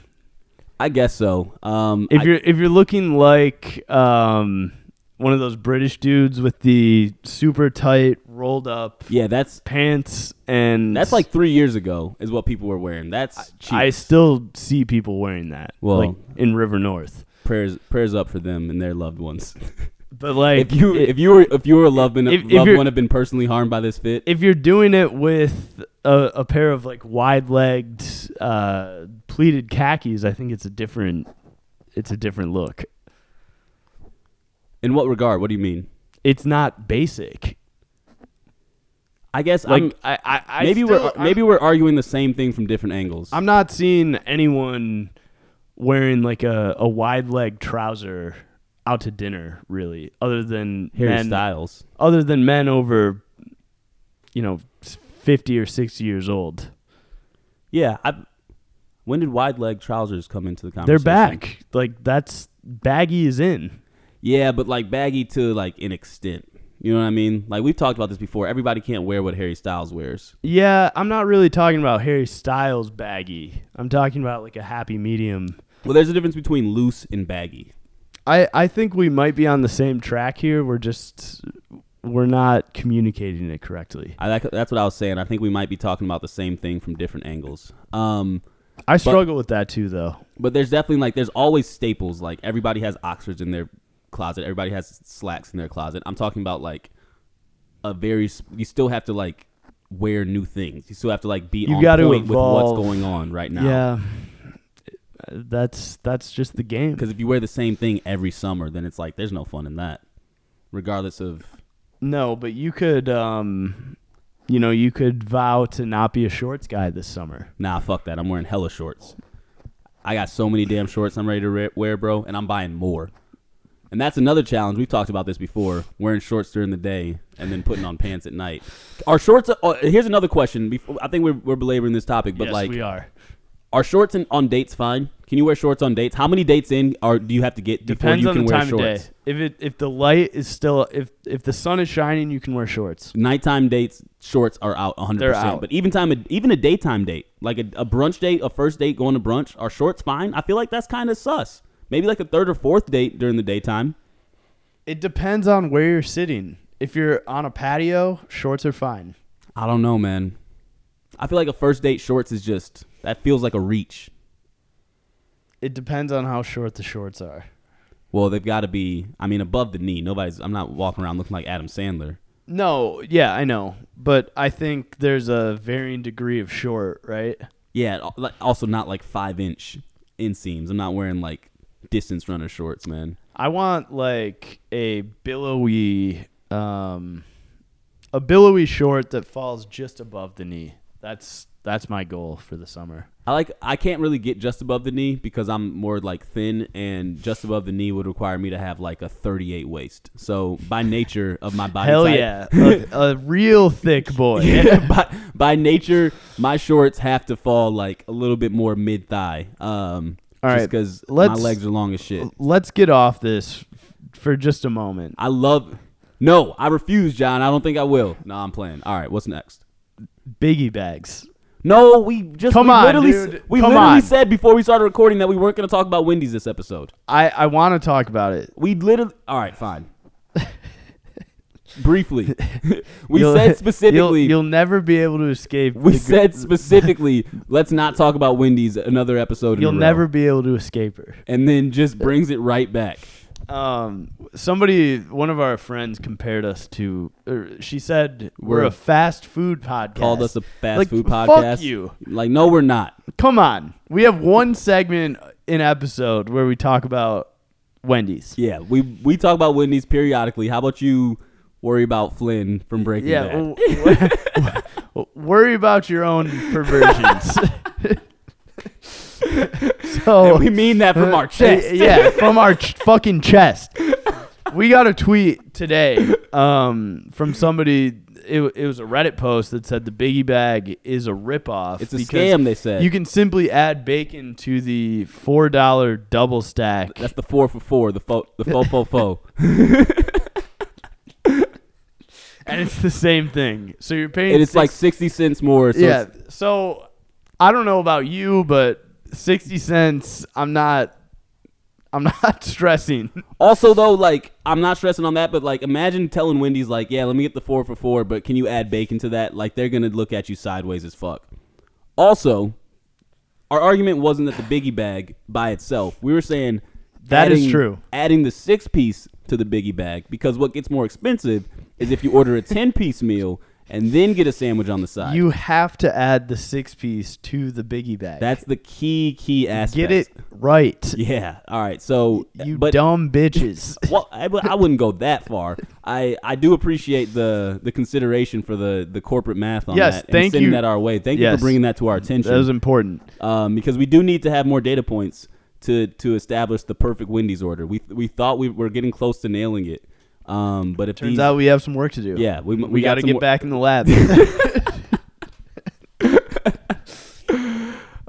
S2: I guess so. Um,
S1: If
S2: I-
S1: you're if you're looking like um one of those British dudes with the super tight rolled up
S2: yeah, that's
S1: pants and
S2: that's like three years ago is what people were wearing. That's cheap.
S1: I still see people wearing that
S2: Well-
S1: like in River North.
S2: prayers prayers up for them and their loved ones.
S1: But like
S2: (laughs) if you
S1: it-
S2: if you were if you were a loved, one
S1: if- if
S2: loved
S1: you're-
S2: one have been personally harmed by this fit,
S1: if you're doing it with a, a pair of like wide legged uh, pleated khakis, I think it's a different it's a different look.
S2: in what regard? What do you mean?
S1: It's not basic.
S2: I guess I'm,
S1: Like I, I, I
S2: maybe
S1: still-
S2: we're
S1: I'm-
S2: maybe we're arguing the same thing from different angles.
S1: I'm not seeing anyone wearing like a, a wide leg trouser out to dinner really, other than
S2: Harry
S1: men,
S2: Styles.
S1: other than men over, you know, s- fifty or sixty years old.
S2: Yeah, I. When did wide leg trousers come into the conversation?
S1: They're back. Like that's baggy is in.
S2: Yeah, but like baggy to like an extent. You know what I mean? Like we've talked about this before. Everybody can't wear what Harry Styles wears.
S1: Yeah, I'm not really talking about Harry Styles baggy. I'm talking about like a happy medium.
S2: Well, there's a difference between loose and baggy.
S1: I, I think we might be on the same track here. We're just we're not communicating it correctly.
S2: I like that's what I was saying. I think we might be talking about the same thing from different angles. Um,
S1: I struggle with that too though.
S2: but there's definitely like there's always staples. Like everybody has oxfords in their closet. Everybody has slacks in their closet. I'm talking about like a very. s- You still have to like wear new things. You still have to like be
S1: You
S2: on
S1: gotta
S2: point with what's
S1: evolve.
S2: going on right now.
S1: Yeah. That's that's just the game.
S2: Because if you wear the same thing every summer, then it's like there's no fun in that, regardless of.
S1: No, but you could um you know, you could vow to not be a shorts guy this summer.
S2: Nah, fuck that. I'm wearing hella shorts. I got so many damn shorts I'm ready to re- wear, bro, and I'm buying more. And that's another challenge. We've talked about this before. Wearing shorts during the day and then putting on pants at night. Are shorts? Uh, here's another question. Before, I think we're, we're belaboring this topic, but
S1: yes,
S2: like,
S1: we are.
S2: are shorts in, on dates fine? Can you wear shorts on dates? How many dates in are do you have to get before
S1: Depends
S2: you
S1: on
S2: can
S1: the
S2: wear
S1: time
S2: shorts?
S1: of day. If it if the light is still if if the sun is shining, you can wear shorts.
S2: nighttime dates shorts are out 100%
S1: They're out.
S2: but even time even a daytime date like a, a brunch date a first date going to brunch are shorts fine i feel like that's kind of sus maybe like a third or fourth date during the daytime
S1: It depends on where you're sitting. If you're on a patio, shorts are fine.
S2: i don't know man i feel like a first date shorts is just that feels like a reach
S1: It depends on how short the shorts are.
S2: well they've got to be i mean above the knee nobody's i'm not walking around looking like adam sandler
S1: No, yeah, I know. But I think there's a varying degree of short, right?
S2: yeah al- like- also not like five inch inseams i'm not wearing like distance runner shorts man
S1: I want like a billowy um a billowy short that falls just above the knee. That's that's my goal for the summer.
S2: I like I can't really get just above the knee because I'm more like thin and just above the knee would require me to have like a 38 waist. So by nature of my body
S1: Hell
S2: type-
S1: yeah. (laughs) a, a real thick
S2: (laughs)
S1: boy.
S2: Yeah, by, by nature my shorts have to fall like a little bit more mid thigh. Um
S1: All
S2: just
S1: right,
S2: cuz my
S1: let's-
S2: legs are long as shit.
S1: Let's get off this for just a moment.
S2: I love No, I refuse, John. I don't think I will. No, I'm playing. All right, what's next?
S1: Biggie bags.
S2: No, we just
S1: Come
S2: we
S1: on,
S2: literally,
S1: dude.
S2: s- we
S1: Come
S2: literally
S1: on.
S2: said before we started recording that we weren't going to talk about Wendy's this episode.
S1: I I want to talk about it.
S2: We literally. All right, fine.
S1: (laughs)
S2: Briefly, we
S1: You'll-
S2: said
S1: You'll,
S2: specifically.
S1: you'll never be able to escape.
S2: we
S1: the gr-
S2: said specifically. let's not talk about Wendy's another episode. in a
S1: you'll
S2: row."
S1: never be able to escape her.
S2: And then just brings it right back.
S1: Um, somebody, one of our friends, compared us to. Or she said we're, a fast food podcast.
S2: Called us a fast
S1: Like,
S2: food
S1: fuck
S2: podcast.
S1: you.
S2: Like, no, we're not.
S1: Come on, we have one segment in episode where we talk about Wendy's.
S2: Yeah, we we talk about Wendy's periodically. How about you worry about Flynn from Breaking
S1: Yeah,
S2: Bad?
S1: w- w- w- (laughs) worry about your own
S2: (laughs)
S1: perversions. (laughs) so
S2: And (laughs) we mean that from our chest.
S1: Uh, yeah,
S2: (laughs)
S1: from our ch- fucking chest. We got a tweet today um, from somebody. It, it was a Reddit post that said the Biggie Bag is a ripoff.
S2: It's a
S1: because
S2: scam, they said.
S1: You can simply add bacon to the four dollar double stack.
S2: That's the four for four. The fo the fo fo fo.
S1: (laughs) and it's the same thing. So you're paying.
S2: and it's
S1: six-
S2: like sixty cents more. So
S1: yeah.
S2: it's-
S1: So I don't know about you, but sixty cents. I'm not. I'm (laughs) not stressing.
S2: Also, though, like I'm not stressing on that, but like imagine telling Wendy's like, yeah, let me get the four for four, but can you add bacon to that? Like they're gonna look at you sideways as fuck. Also, our argument wasn't that the biggie bag by itself. We were saying
S1: That is
S2: adding-
S1: true.
S2: Adding the six piece to the biggie bag because what gets more expensive is if you order a ten piece meal and then get a sandwich on the side.
S1: You have to add the six piece to the biggie bag.
S2: That's the key key aspect.
S1: Get it right.
S2: Yeah. All right. So
S1: You
S2: but
S1: dumb bitches.
S2: well, I, w- I wouldn't go that far. I, I do appreciate the the consideration for the, the corporate math on
S1: Yes,
S2: that and
S1: thank
S2: sending
S1: you.
S2: that our way. Thank you
S1: Yes.
S2: for bringing that to our (laughs) attention.
S1: that was important.
S2: um, because we do need to have more data points to to establish the perfect Wendy's order. We we thought we were getting close to nailing it. Um, but if
S1: Turns
S2: these,
S1: out we have some work to do.
S2: yeah, we we,
S1: We, got to
S2: some
S1: get
S2: more-
S1: back in
S2: (laughs)
S1: the lab.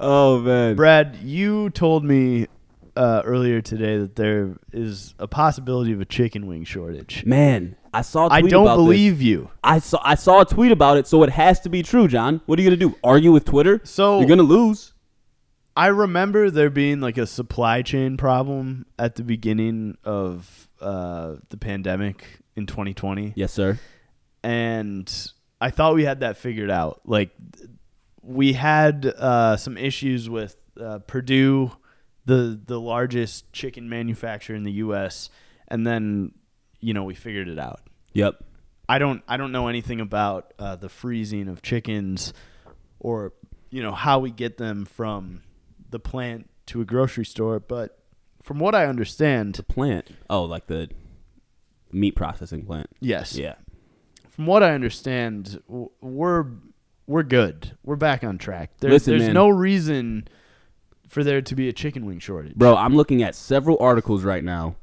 S2: Oh man,
S1: Brad, you told me uh, earlier today that there is a possibility of a chicken wing shortage.
S2: man, I saw. A
S1: I
S2: tweet
S1: don't
S2: about this.
S1: believe you.
S2: I saw I saw a tweet about it, so it has to be true, John. What are you gonna do? Argue with Twitter?
S1: So-
S2: you're gonna lose.
S1: I remember there being like a supply chain problem at the beginning of uh, the pandemic in 2020.
S2: Yes, sir.
S1: and I thought we had that figured out. Like th- we had uh, some issues with uh, Purdue, the the largest chicken manufacturer in the U.S., and then you know we figured it out.
S2: Yep.
S1: I don't I don't know anything about uh, the freezing of chickens, or you know how we get them from the plant to a grocery store, but from what I understand,
S2: plant. Oh, like the meat processing plant.
S1: yes,
S2: Yeah.
S1: from what I understand, w- we're we're good. We're back on track. There,
S2: Listen,
S1: there's
S2: man.
S1: no reason for there to be a chicken wing shortage.
S2: Bro, I'm looking at several articles right now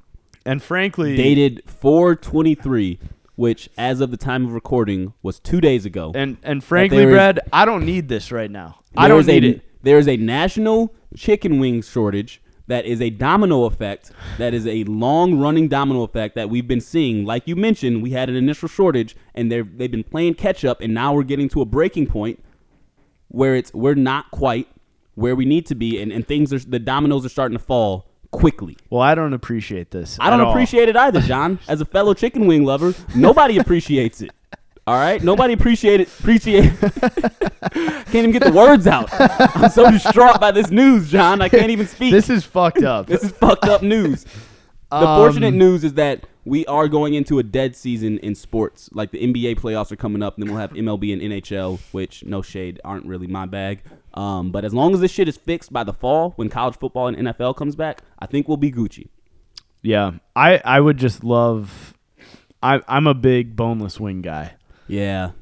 S1: And frankly,
S2: dated 423, which as of the time of recording was 2 days ago.
S1: and and frankly,
S2: there is-
S1: Brad, I don't need this right now. I
S2: There
S1: don't
S2: is a-
S1: need it.
S2: There is a national chicken wing shortage that is a domino effect that is a long running domino effect that we've been seeing like you mentioned we had an initial shortage and they they've been playing catch up and now we're getting to a breaking point where it's we're not quite where we need to be and, and things are the dominoes are starting to fall quickly
S1: Well, I don't appreciate this.
S2: I don't
S1: at all.
S2: appreciate it either,
S1: (laughs)
S2: John. As a fellow chicken wing lover, nobody appreciates it. All right, nobody appreciate it. Appreciate. (laughs) can't even get the words out. I'm so distraught by this news, John. I can't even speak.
S1: This Um, is fucked
S2: (laughs)
S1: up.
S2: This is fucked up news. The fortunate news is that we are going into a dead season in sports. Like the NBA playoffs are coming up, and then we'll have MLB and NHL, which no shade aren't really my bag. Um, but as long as this shit is fixed by the fall, when college football and NFL comes back, I think we'll be Gucci.
S1: (laughs) yeah, I I would just love. I I'm a big boneless wing guy.
S2: Yeah,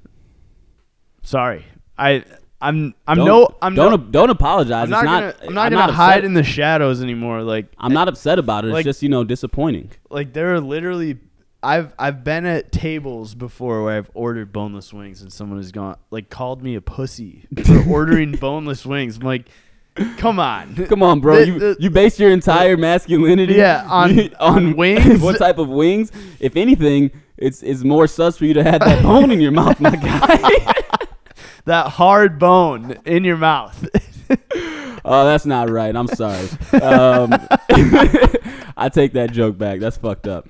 S1: Sorry, I I'm I'm
S2: Don't-
S1: no I'm
S2: don't
S1: no.
S2: ap- don't apologize.
S1: I'm not, gonna,
S2: it's not.
S1: I'm not gonna
S2: not upset-
S1: hide in the shadows anymore. Like
S2: I'm not upset about it. It's
S1: Like-
S2: just you know disappointing.
S1: like there are literally I've I've been at tables before where I've ordered boneless wings and someone has gone like called me a pussy
S2: (laughs)
S1: for ordering boneless wings. I'm like, come on.
S2: (laughs) Come on, bro.
S1: The-
S2: you
S1: the-
S2: you base your entire masculinity
S1: Yeah,
S2: (laughs)
S1: on- on wings?
S2: what type of wings? If anything, it's it's more sus for you to have (laughs) that bone in your mouth, my (laughs) guy.
S1: That hard bone in your mouth.
S2: oh, that's not right. I'm sorry. Um, (laughs) I take that joke back. That's fucked up.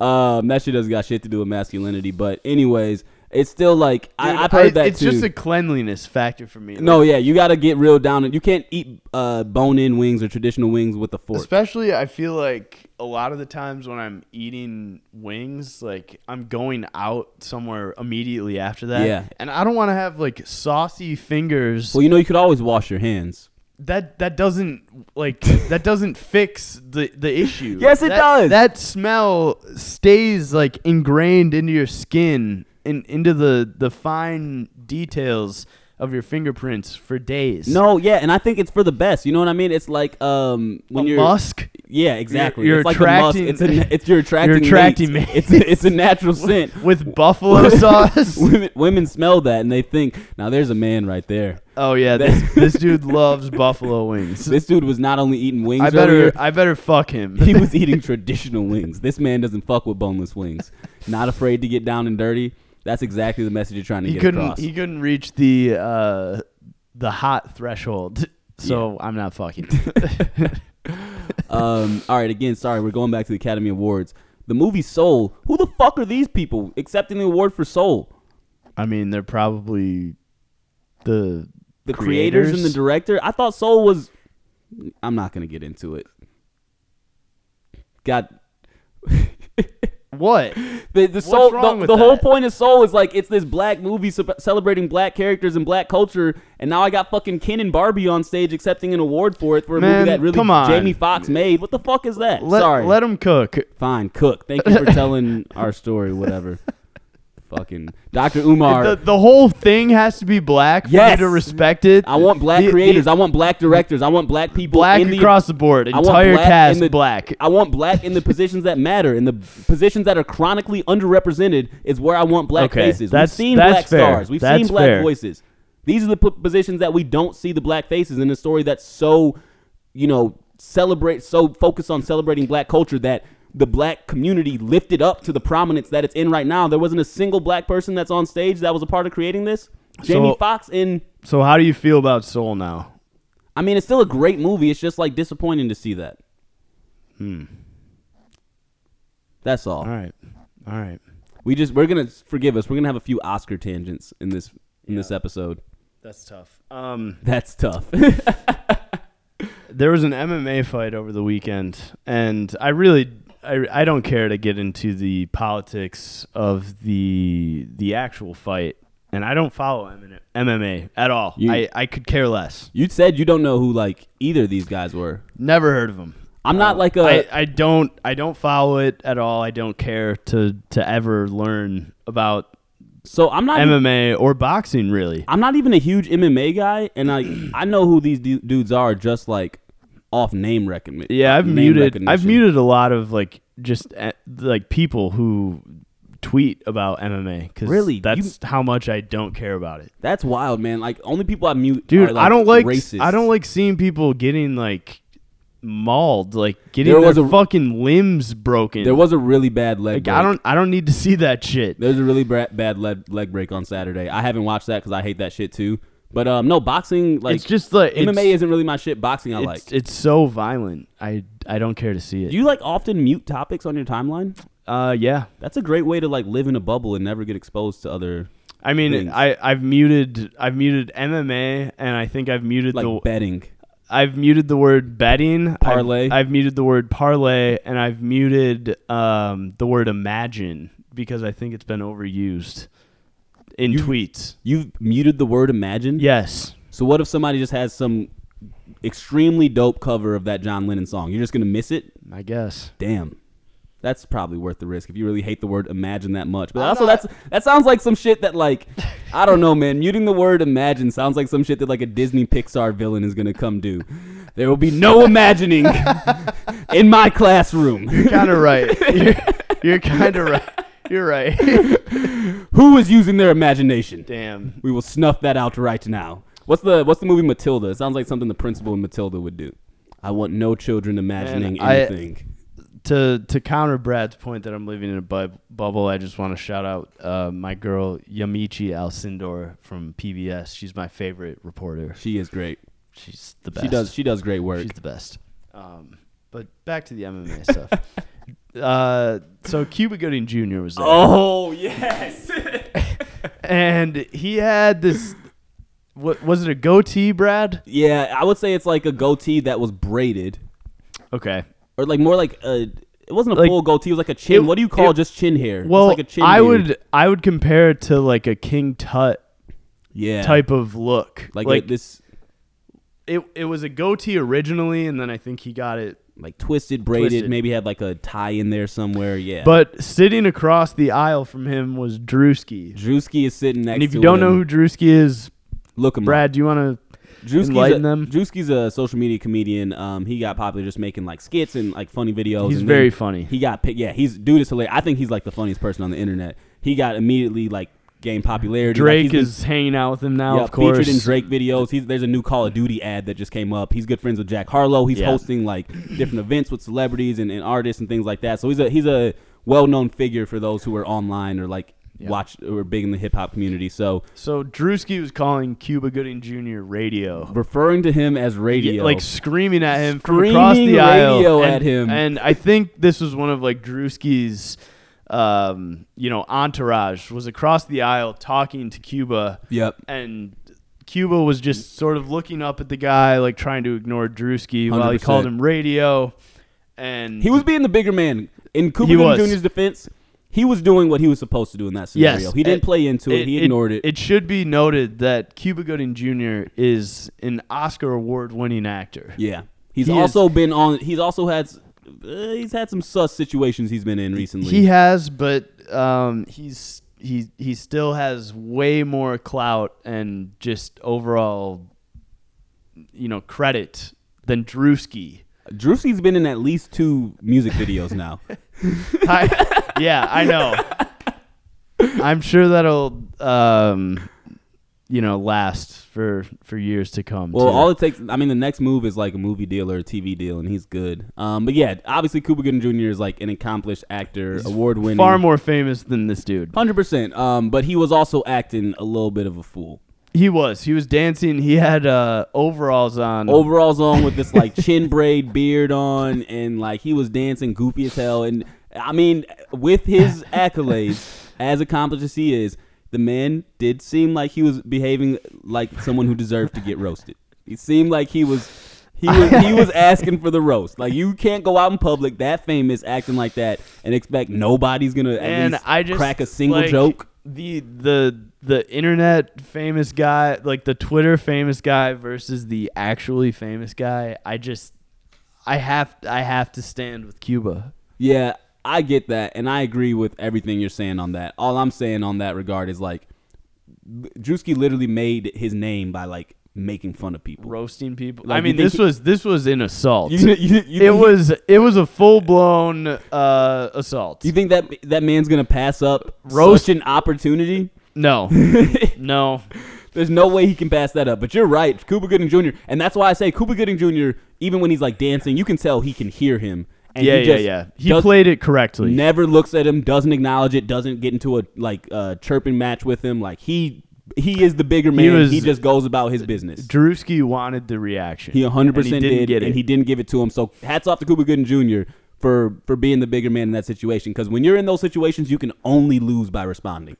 S2: Um, that shit doesn't got shit to do with masculinity. But anyways, It's still like
S1: (laughs) Dude,
S2: I, I've heard that
S1: It's
S2: too.
S1: just a cleanliness factor for me.
S2: no, yeah, you got to get real down. You can't eat uh, bone-in wings or traditional wings with a fork.
S1: Especially, I feel like a lot of the times when I'm eating wings, like I'm going out somewhere immediately after that.
S2: Yeah.
S1: And I don't want to have like saucy fingers.
S2: well, you know, you could always wash your hands.
S1: that that doesn't like that doesn't fix the the issue.
S2: Yes, it
S1: That-
S2: does.
S1: That smell stays like ingrained into your skin and into the the fine details of your fingerprints for days.
S2: No, yeah, and I think it's for the best. You know what I mean? It's like um when
S1: A
S2: you're
S1: musk.
S2: Yeah, exactly.
S1: you're
S2: it's like a musk.
S1: attracting-
S2: It's a, it's your attracting.
S1: attracting
S2: mates. It's
S1: mates.
S2: a, it's a natural
S1: (laughs)
S2: scent. (laughs)
S1: with buffalo sauce.
S2: women women smell that and they think, now there's a man right there.
S1: Oh
S2: (laughs)
S1: yeah, this, this dude loves buffalo wings.
S2: This dude was not only eating wings
S1: I better
S2: earlier,
S1: I better fuck
S2: (laughs)
S1: him.
S2: he
S1: (laughs)
S2: was eating traditional wings. This man doesn't fuck with boneless wings. Not afraid to get down and dirty. That's exactly the message you're trying to
S1: he
S2: get
S1: couldn't
S2: across.
S1: he couldn't reach the uh the hot threshold. So I'm not fucking. him.
S2: um, all right, again, sorry, we're going back to the Academy Awards. The movie Soul. Who the fuck are these people accepting the award for Soul?
S1: I mean, they're probably the
S2: the creators, and the
S1: Creators?
S2: director. I thought Soul was. I'm not gonna get into it. God,
S1: what?
S2: the the soul.
S1: wrong
S2: The,
S1: with
S2: the whole
S1: that?
S2: point of Soul is like it's this black movie ce- celebrating black characters and black culture, and now I got fucking Ken and Barbie on stage accepting an award for it for a
S1: Man,
S2: movie that really
S1: come on.
S2: Jamie Foxx made. What the fuck is that?
S1: Let
S2: Sorry.
S1: let them cook.
S2: Fine, Cook. Thank you for telling our story.
S1: (laughs)
S2: Whatever. fucking Dr. Umar.
S1: The, the whole thing has to be black for you
S2: Yes.
S1: to respect it.
S2: I want black
S1: The- the-
S2: creators. I want black directors. I want black people
S1: black
S2: in the
S1: across the board.
S2: I want
S1: Entire
S2: black
S1: cast
S2: in the-
S1: black.
S2: I want black in the positions that matter, in the positions that are chronically underrepresented is where I want black
S1: Okay,
S2: faces.
S1: that's-
S2: We've seen
S1: that's
S2: black
S1: fair.
S2: stars. We've seen
S1: That's
S2: black
S1: fair.
S2: voices. These are the p- positions that we don't see the black faces in a story that's so, you know, celebrate so focused on celebrating black culture that the black community lifted up to the prominence that it's in right now. There wasn't a single black person that's on stage that was a part of creating this. Jamie
S1: So-
S2: Foxx in
S1: So how do you feel about Soul now?
S2: I mean, it's still a great movie. It's just like disappointing to see that. Hmm. That's all.
S1: Hmm. All right, all right.
S2: We just we're gonna forgive us. We're gonna have a few Oscar tangents in this in this episode.
S1: That's tough. Um,
S2: That's tough. (laughs)
S1: there was an MMA fight over the weekend, and I really, I, I don't care to get into the politics of the the actual fight, and I don't follow M- MMA at all.
S2: You-
S1: I, I could care less.
S2: you said you don't know who like either of these guys were.
S1: Never heard of him.
S2: I'm not like a.
S1: Uh, I, I don't I don't follow it at all. I don't care to to ever learn about
S2: so I'm not.
S1: MMA or boxing really.
S2: I'm not even a huge MMA guy, and
S1: (clears throat)
S2: like I know who these du- dudes are just like off name recommend.
S1: Yeah, I've
S2: name
S1: muted. I've
S2: recognition.
S1: muted a lot of like just uh, like people who tweet about MMA because
S2: Really?
S1: that's how much I don't care about it,
S2: That's wild, man. Like only people I mute.
S1: dude.
S2: are,
S1: I don't like.
S2: racist.
S1: I don't like seeing people getting like mauled, like getting
S2: There
S1: their
S2: was a-
S1: fucking limbs broken.
S2: There was a really bad leg.
S1: like
S2: break.
S1: I don't. I don't need to see that shit.
S2: There's a really bra- bad leg leg break on Saturday. I haven't watched that because I hate that shit too. But um, no boxing like
S1: it's just like it's-
S2: MMA isn't really my shit. Boxing I
S1: It's,
S2: like.
S1: it's so violent. I I don't care to see it.
S2: Do you like often mute topics on your timeline?
S1: uh yeah.
S2: That's a great way to like live in a bubble and never get exposed to other
S1: I mean,
S2: Things.
S1: I I've muted I've muted MMA and I think I've muted
S2: like
S1: the
S2: betting.
S1: I've muted the word betting. I've-
S2: Parlay.
S1: I've, muted the word parlay, and I've muted um, the word imagine because I think it's been overused in tweets.
S2: You've muted the word imagine.
S1: Yes.
S2: So what if somebody just has some extremely dope cover of that John Lennon song? You're just gonna miss it.
S1: I (laughs) guess.
S2: Damn. That's probably worth the risk if you really hate the word imagine that much. But also
S1: not-
S2: that's that sounds like some shit that like I don't know, man. Muting the word imagine sounds like some shit that like a Disney Pixar villain is gonna come do. There will be no
S1: (laughs)
S2: imagining in my classroom.
S1: Kind of right. You're, you're kind of right. You're right.
S2: Who is using their imagination?
S1: (laughs) Damn.
S2: We will snuff that out right now. What's the what's the movie Matilda? It sounds like something the principal in Matilda would do. I want no children imagining
S1: I-
S2: anything.
S1: To to counter Brad's point that I'm living in a bub- bubble, I just want to shout out uh, my girl Yamichi Alcindor from PBS. She's my favorite reporter.
S2: she is great.
S1: She's the best.
S2: She does she does great work.
S1: She's the best. Um, but back to the MMA (laughs) stuff. Uh, so Cuba Gooding Jr. was there.
S2: oh yes. (laughs)
S1: and he had this. What was it? A goatee, Brad?
S2: Yeah, I would say it's like a goatee that was braided,
S1: Okay.
S2: or like more like a. It wasn't a
S1: Like-
S2: full goatee. It was like a chin.
S1: It-
S2: what do you call
S1: it-
S2: just chin hair? It's
S1: Well,
S2: like a chin
S1: I
S2: beard.
S1: would I would compare it to like a King Tut
S2: yeah
S1: type of look.
S2: like,
S1: Like,
S2: a-
S1: it,
S2: this
S1: it was a goatee originally, and then I think he got it.
S2: like twisted braided.
S1: Twisted.
S2: Maybe had like a tie in there somewhere. Yeah,
S1: But sitting across the aisle from him was Drewski.
S2: Drewski is sitting next.
S1: And if you
S2: to
S1: don't
S2: him.
S1: know who Drewski is,
S2: look him up.
S1: Brad, do you want to?
S2: Drewski's
S1: Enlighten
S2: a,
S1: them.
S2: Drewski's a social media comedian. Um, he got popular just making like skits and like funny videos.
S1: He's
S2: and
S1: very
S2: then
S1: funny.
S2: He got picked. Yeah, he's dude is hilarious. I think he's like the funniest person on the internet. He got immediately like gained popularity. Like,
S1: Drake
S2: he's been-
S1: is hanging out with him now,
S2: yeah,
S1: of course.
S2: featured in Drake videos. He's there's a new Call of Duty ad that just came up. He's good friends with Jack Harlow. He's
S1: Yeah.
S2: hosting like different events with celebrities and, and artists and things like that. So he's a he's a well known figure for those who are online or like watch or big in the hip hop community. So
S1: So Drewski was calling Cuba Gooding Jr. radio.
S2: referring to him as radio,
S1: Yeah, like screaming at him from across the
S2: Screaming
S1: aisle
S2: radio
S1: and,
S2: at him.
S1: and I think this was one of like Drewski's um, you know entourage was across the aisle talking to Cuba
S2: yep.
S1: and Cuba was just sort of looking up at the guy like trying to ignore Drewski while he
S2: 100%.
S1: called him radio and
S2: He was being the bigger man. In Cooper
S1: He
S2: Gooding
S1: was.
S2: Jr.'s defense, he was doing what he was supposed to do in that scenario.
S1: Yes.
S2: he didn't
S1: It-
S2: play into it. He ignored it.
S1: It should be noted that Cuba Gooding Jr. is an Oscar award winning actor.
S2: yeah. He's
S1: He is-
S2: also been on. He's also had. s- Uh, he's had some sus situations he's been in recently.
S1: He has, but um, he's he he still has way more clout and just overall, you know, credit than Drewski.
S2: (laughs) Drewski's been in at least two music videos
S1: (laughs)
S2: now.
S1: I, yeah, I know. I'm sure that'll um, you know last for for years to come.
S2: Well,
S1: too.
S2: all it takes. I mean, the next move is like a movie deal or a TV deal, and he's good. Um, but yeah, obviously Cooper Gooding Jr. is like an accomplished actor, award winning,
S1: far more famous than this dude.
S2: hundred percent. Um, but he was also acting a little bit of a fool.
S1: He was. He was dancing. He had uh, overalls on.
S2: overalls on with this like chin (laughs) braid beard on and like he was dancing goofy as hell and i mean with his accolades as accomplished as he is the man did seem like he was behaving like someone who deserved to get roasted he seemed like he was he was, he
S1: (laughs)
S2: was asking for the roast. Like you can't go out in public that famous acting like that and expect nobody's gonna at
S1: and
S2: least
S1: I just
S2: crack a single
S1: like,
S2: joke.
S1: The the the internet famous guy, like the Twitter famous guy versus the actually famous guy. I just I have I have to stand with Cuba.
S2: Yeah, I get that, and I agree with everything you're saying on that. All I'm saying on that regard is like, Drewski literally made his name by like making fun of people.
S1: Roasting people.
S2: Like,
S1: I
S2: you
S1: mean,
S2: think
S1: this
S2: he-
S1: was this was an assault.
S2: You, you- you-
S1: it was it was a full blown uh, assault.
S2: You think that that man's gonna pass up
S1: Roast-
S2: roast an opportunity? (laughs)
S1: no, no.
S2: There's no way he can pass that up. But you're right, Cooper Gooding Jr. And that's why I say Cooper Gooding Jr. Even when he's like dancing, you can tell he can hear him. And
S1: Yeah,
S2: he
S1: yeah,
S2: just
S1: yeah. He
S2: does-
S1: played it correctly.
S2: never looks at him, doesn't acknowledge it, doesn't get into a like uh, chirping match with him. Like he he is the bigger man. He,
S1: was-
S2: just goes about his business.
S1: Drewski wanted the reaction.
S2: He 100 percent
S1: and he didn't
S2: did,
S1: get it.
S2: and he didn't give it to him. So hats off to Cooper Gooden Jr. for for being the bigger man in that situation. Because when you're in those situations, you can only lose by responding.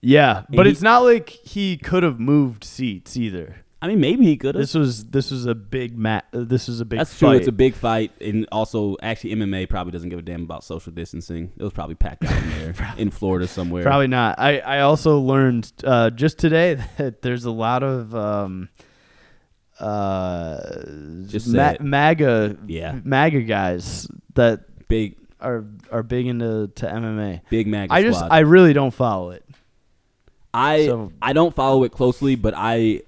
S1: yeah, but
S2: he-
S1: it's not like he could have moved seats either.
S2: I mean, maybe he could have.
S1: This was this was a big mat. This was a big.
S2: That's
S1: fight.
S2: true. It's a big fight, and also actually MMA probably doesn't give a damn about social distancing. It was probably packed (laughs) out in there in Florida somewhere.
S1: Probably not. I I also learned uh, just today (laughs) that there's a lot of. Um, uh,
S2: Just say
S1: ma-
S2: it.
S1: MAGA,
S2: Yeah.
S1: MAGA guys that
S2: big
S1: are are big into to MMA.
S2: big mag.
S1: I just,
S2: squad.
S1: I really don't follow it.
S2: I
S1: So-
S2: I don't follow it closely, but I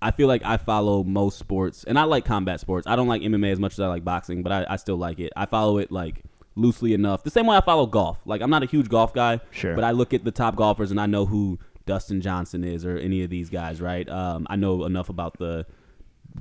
S2: I feel like I follow most sports, and I like combat sports. I don't like MMA as much as I like boxing, but I, I still like it. I follow it like loosely enough, the same way I follow golf. Like I'm not a huge golf guy,
S1: Sure.
S2: but I look at the top golfers and I know who Dustin Johnson is or any of these guys, right? Um, I know enough about the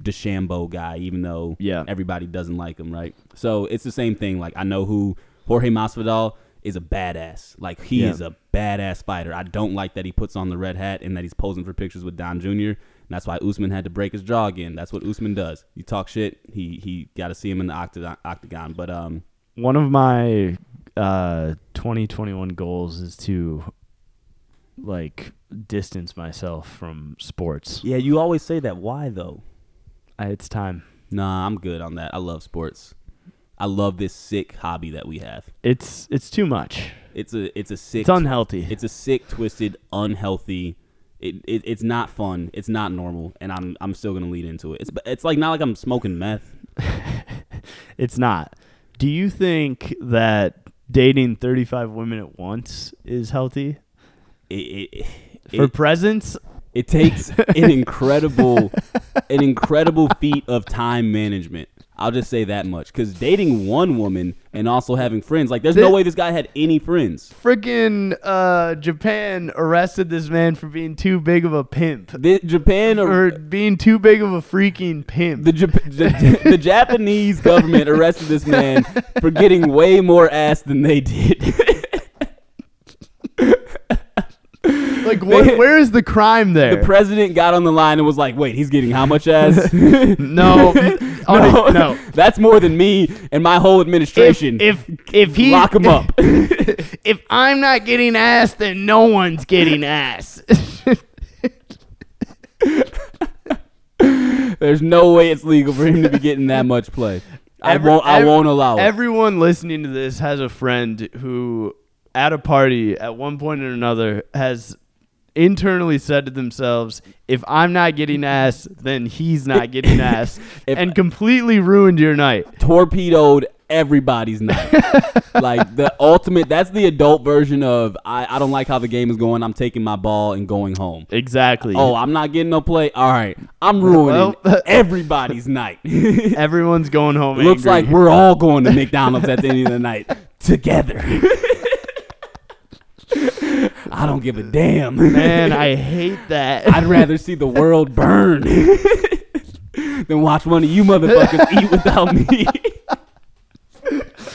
S2: DeChambeau guy, even though
S1: Yeah.
S2: everybody doesn't like him, right? So it's the same thing. Like I know who Jorge Masvidal is a badass. Like he
S1: Yeah.
S2: is a badass fighter. I don't like that he puts on the red hat and that he's posing for pictures with Don Jr. And that's why Usman had to break his jaw again. That's what Usman does. You talk shit, he he got to see him in the octagon. octagon. But um,
S1: one of my uh 2021 goals is to
S4: like distance myself from sports.
S2: Yeah, you always say that. Why though?
S4: I, it's time.
S2: Nah, I'm good on that. I love sports. I love this sick hobby that we have.
S4: It's it's too much.
S2: It's a it's a sick
S4: It's unhealthy.
S2: it's a sick, twisted, unhealthy. It, it it's not fun. It's not normal, and I'm I'm still gonna lead into it. It's it's like not like I'm smoking meth.
S4: It's not. Do you think that dating 35 women at once is healthy?
S2: It it
S4: For
S2: it,
S4: presents,
S2: it takes an
S1: (laughs)
S2: incredible an incredible feat of time management. I'll just say that much. Cause dating one woman and also having friends, like there's no
S1: Thi-
S2: way this guy had any friends.
S1: Freaking uh, Japan arrested this man for being too big of a pimp.
S2: The, Japan or
S1: For being too big of a freaking pimp.
S2: The, Jap- the, the Japanese government arrested this man for getting way more ass than they did. (laughs) (laughs)
S1: like, what, where is the crime
S2: the
S1: there?
S2: president got on the line and was like, "Wait, he's getting how much ass? (laughs)
S1: (laughs) no, no, no.
S2: that's more than me and my whole administration.
S1: If if he
S2: Lock him up.
S1: (laughs) if I'm not getting ass, then no one's getting ass.
S2: There's no way it's legal for him to be getting that much
S1: (laughs)
S2: play. (laughs) I
S1: Every-
S2: won't. I
S1: every-
S2: won't allow it.
S1: Everyone listening to this has a friend who, at a party, at one point or another, has internally said to themselves, "If I'm not getting ass, then he's
S2: (laughs)
S1: not getting ass,"
S2: If-
S1: and completely ruined your night.
S2: torpedoed everybody's
S1: (laughs)
S2: night. like the ultimate. That's the adult version of I, I. don't like how the game is going. I'm taking my ball and going home.
S1: Exactly.
S2: Oh, I'm not getting no play. All right, I'm ruining
S1: Well- (laughs)
S2: everybody's night.
S1: everyone's going
S2: (laughs)
S1: home.
S2: Looks
S1: angry.
S2: like we're all going to McDonald's at the end of the night together. (laughs) I don't give a damn. (laughs)
S1: man, I hate that.
S2: I'd rather see the world burn (laughs) than watch one of you motherfuckers eat without me.
S1: (laughs)
S2: (laughs)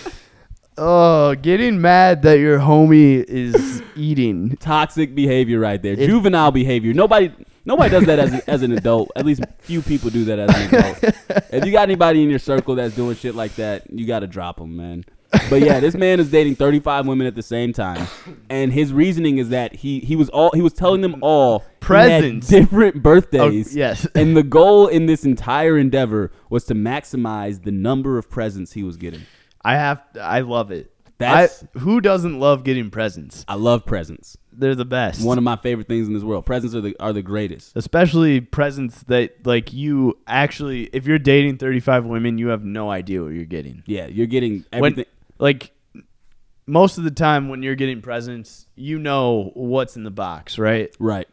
S1: Oh, getting mad that your homie
S2: (laughs)
S1: is eating.
S2: Toxic behavior right there. Juvenile behavior. Nobody nobody does that as, a- as an adult. At least few people do that as an adult. if you got anybody in your circle that's doing shit like that, you got to drop them, man. But yeah, this man is dating 35 women at the same time. And his reasoning is that he he was all he was telling them all he had
S1: Presents.
S2: different birthdays.
S1: yes.
S2: And the goal in this entire endeavor was to maximize the number of presents he was getting.
S1: I have. I love it.
S2: That's-
S1: I, who doesn't love getting presents?
S2: I love presents.
S1: They're the best.
S2: One of my favorite things in this world. Presents are the are the greatest.
S1: Especially presents that like you actually, if you're dating 35 women, you have no idea what you're getting.
S2: Yeah, you're getting
S1: When
S2: everything.
S1: like most of the time when you're getting presents, you know what's in the box, right?
S2: right.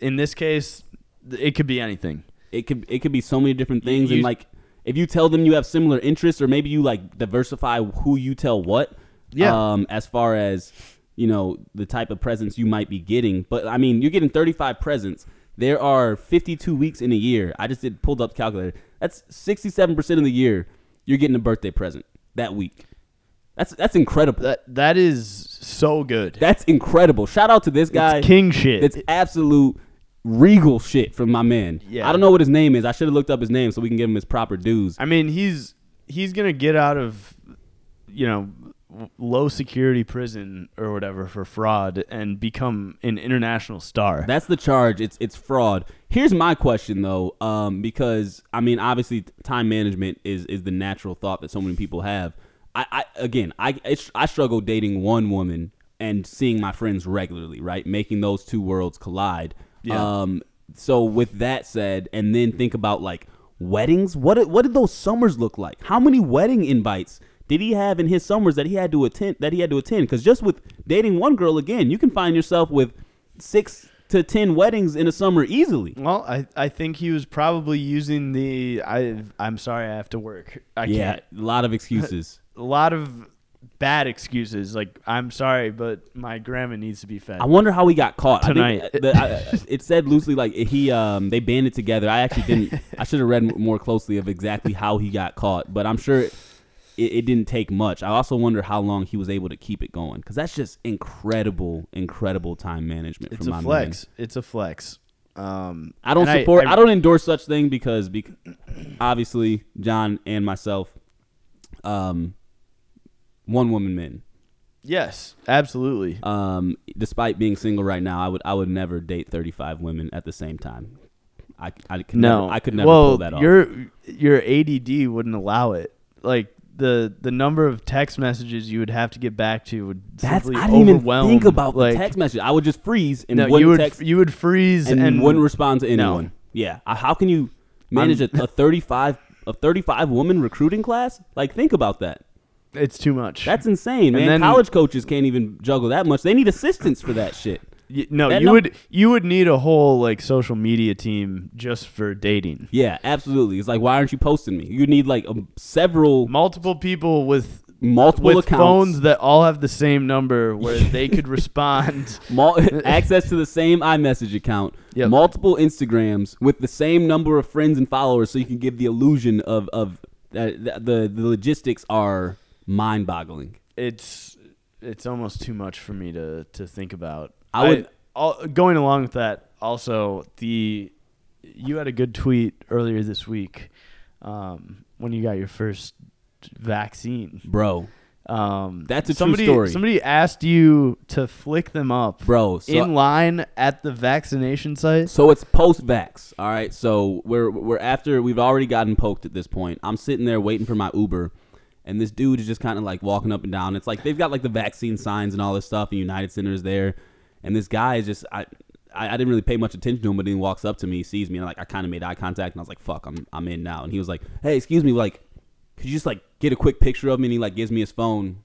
S1: In this case, th- it could be anything.
S2: It could it could be so many different things
S1: you-
S2: and like if you tell them you have similar interests or maybe you like diversify who you tell what.
S1: Yeah.
S2: Um as far as you know the type of presents you might be getting, but I mean you're getting 35 presents. There are 52 weeks in a year. I just did pulled up the calculator. That's 67% of the year you're getting a birthday present that week. That's that's incredible.
S1: That that is so good.
S2: That's incredible. Shout out to this guy.
S1: it's king shit.
S2: It's absolute regal shit from my man.
S1: Yeah.
S2: I don't know what his name is. I should have looked up his name so we can give him his proper dues.
S1: I mean, he's he's gonna get out of you know w- low security prison or whatever for fraud and become an international star.
S2: That's the charge. It's it's fraud. Here's my question though, um, because I mean, obviously, t- time management is is the natural thought that so many people have. I, I again, I it's, I struggle dating one woman and seeing my friends regularly, right? Making those two worlds collide.
S1: Yeah.
S2: Um, so with that said, and then think about like weddings. What did- what did those summers look like? How many wedding invites? Did he have in his summers that he had to attend? That he had to attend? Because just with dating one girl again, you can find yourself with six to ten weddings in a summer easily.
S1: well, I, I think he was probably using the I I'm sorry I have to work. I
S2: Yeah,
S1: can't.
S2: a lot of
S1: (laughs)
S2: excuses.
S1: A lot of bad excuses like I'm sorry, but my grandma needs to be fed.
S2: I wonder how he got caught I think,
S1: Tonight.
S2: uh, the- I- I- it said loosely like he um they banded together. I actually didn't. I should have read m- more closely of exactly how he got caught, but I'm sure it, it, it didn't take much. I also wonder how long he was able to keep it going because that's just incredible, incredible time management.
S1: it's
S2: from
S1: a
S2: my
S1: flex. It's a flex. Um,
S2: Man. I don't
S1: and
S2: support. I, don't endorse such thing because bec- obviously John and myself, um, one woman men.
S1: Yes, absolutely.
S2: Um, despite being single right now, I would I would never date 35 women at the same time. I, I could
S1: no,
S2: never, I could never
S1: well,
S2: pull that off.
S1: Your your ADD wouldn't allow it. Like the the number of text messages you would have to get back to would
S2: That's
S1: simply
S2: I didn't even
S1: overwhelm,
S2: think about
S1: like,
S2: the text message. I would just freeze and
S1: No,
S2: wouldn't
S1: you would
S2: text
S1: you would freeze
S2: and,
S1: and,
S2: wouldn't respond to
S1: no.
S2: anyone. Yeah, Uh, how can you manage a, a 35 a 35 woman recruiting class? Like think about that.
S1: it's too much.
S2: That's insane, man.
S1: then-
S2: College coaches can't even juggle that much. They need assistants for that shit.
S1: Y- no,
S2: that
S1: you
S2: num-
S1: would you would need a whole like social media team just for dating.
S2: Yeah, absolutely. It's like why aren't you posting me? You need like um, several
S1: Multiple people with
S2: multiple
S1: with
S2: accounts.
S1: phones that all have the same number where they could (laughs) respond.
S2: Mul- access to the same iMessage account,
S1: Yep.
S2: multiple Instagrams with the same number of friends and followers, so you can give the illusion of of uh, the, the the logistics are mind boggling.
S1: It's it's almost too much for me to to think about.
S2: I would-
S1: al- going along with that. Also, the you had a good tweet earlier this week um, when you got your first vaccine.
S2: Bro,
S1: Um,
S2: That's a true
S1: somebody,
S2: story.
S1: Somebody asked you to flick them up,
S2: bro, so
S1: in line at the vaccination site.
S2: So it's post vax. All right. So we're we're after we've already gotten poked at this point. I'm sitting there waiting for my Uber, and this dude is just kind of like walking up and down. It's like they've got like the vaccine signs and all this stuff. And United Center's there, and this guy is just I. I I didn't really pay much attention to him, but then he walks up to me, sees me, and like I kind of made eye contact, and I was like, "Fuck, I'm I'm in now." And he was like, "Hey, excuse me, like, could you just like get a quick picture of me?" And he like gives me his phone,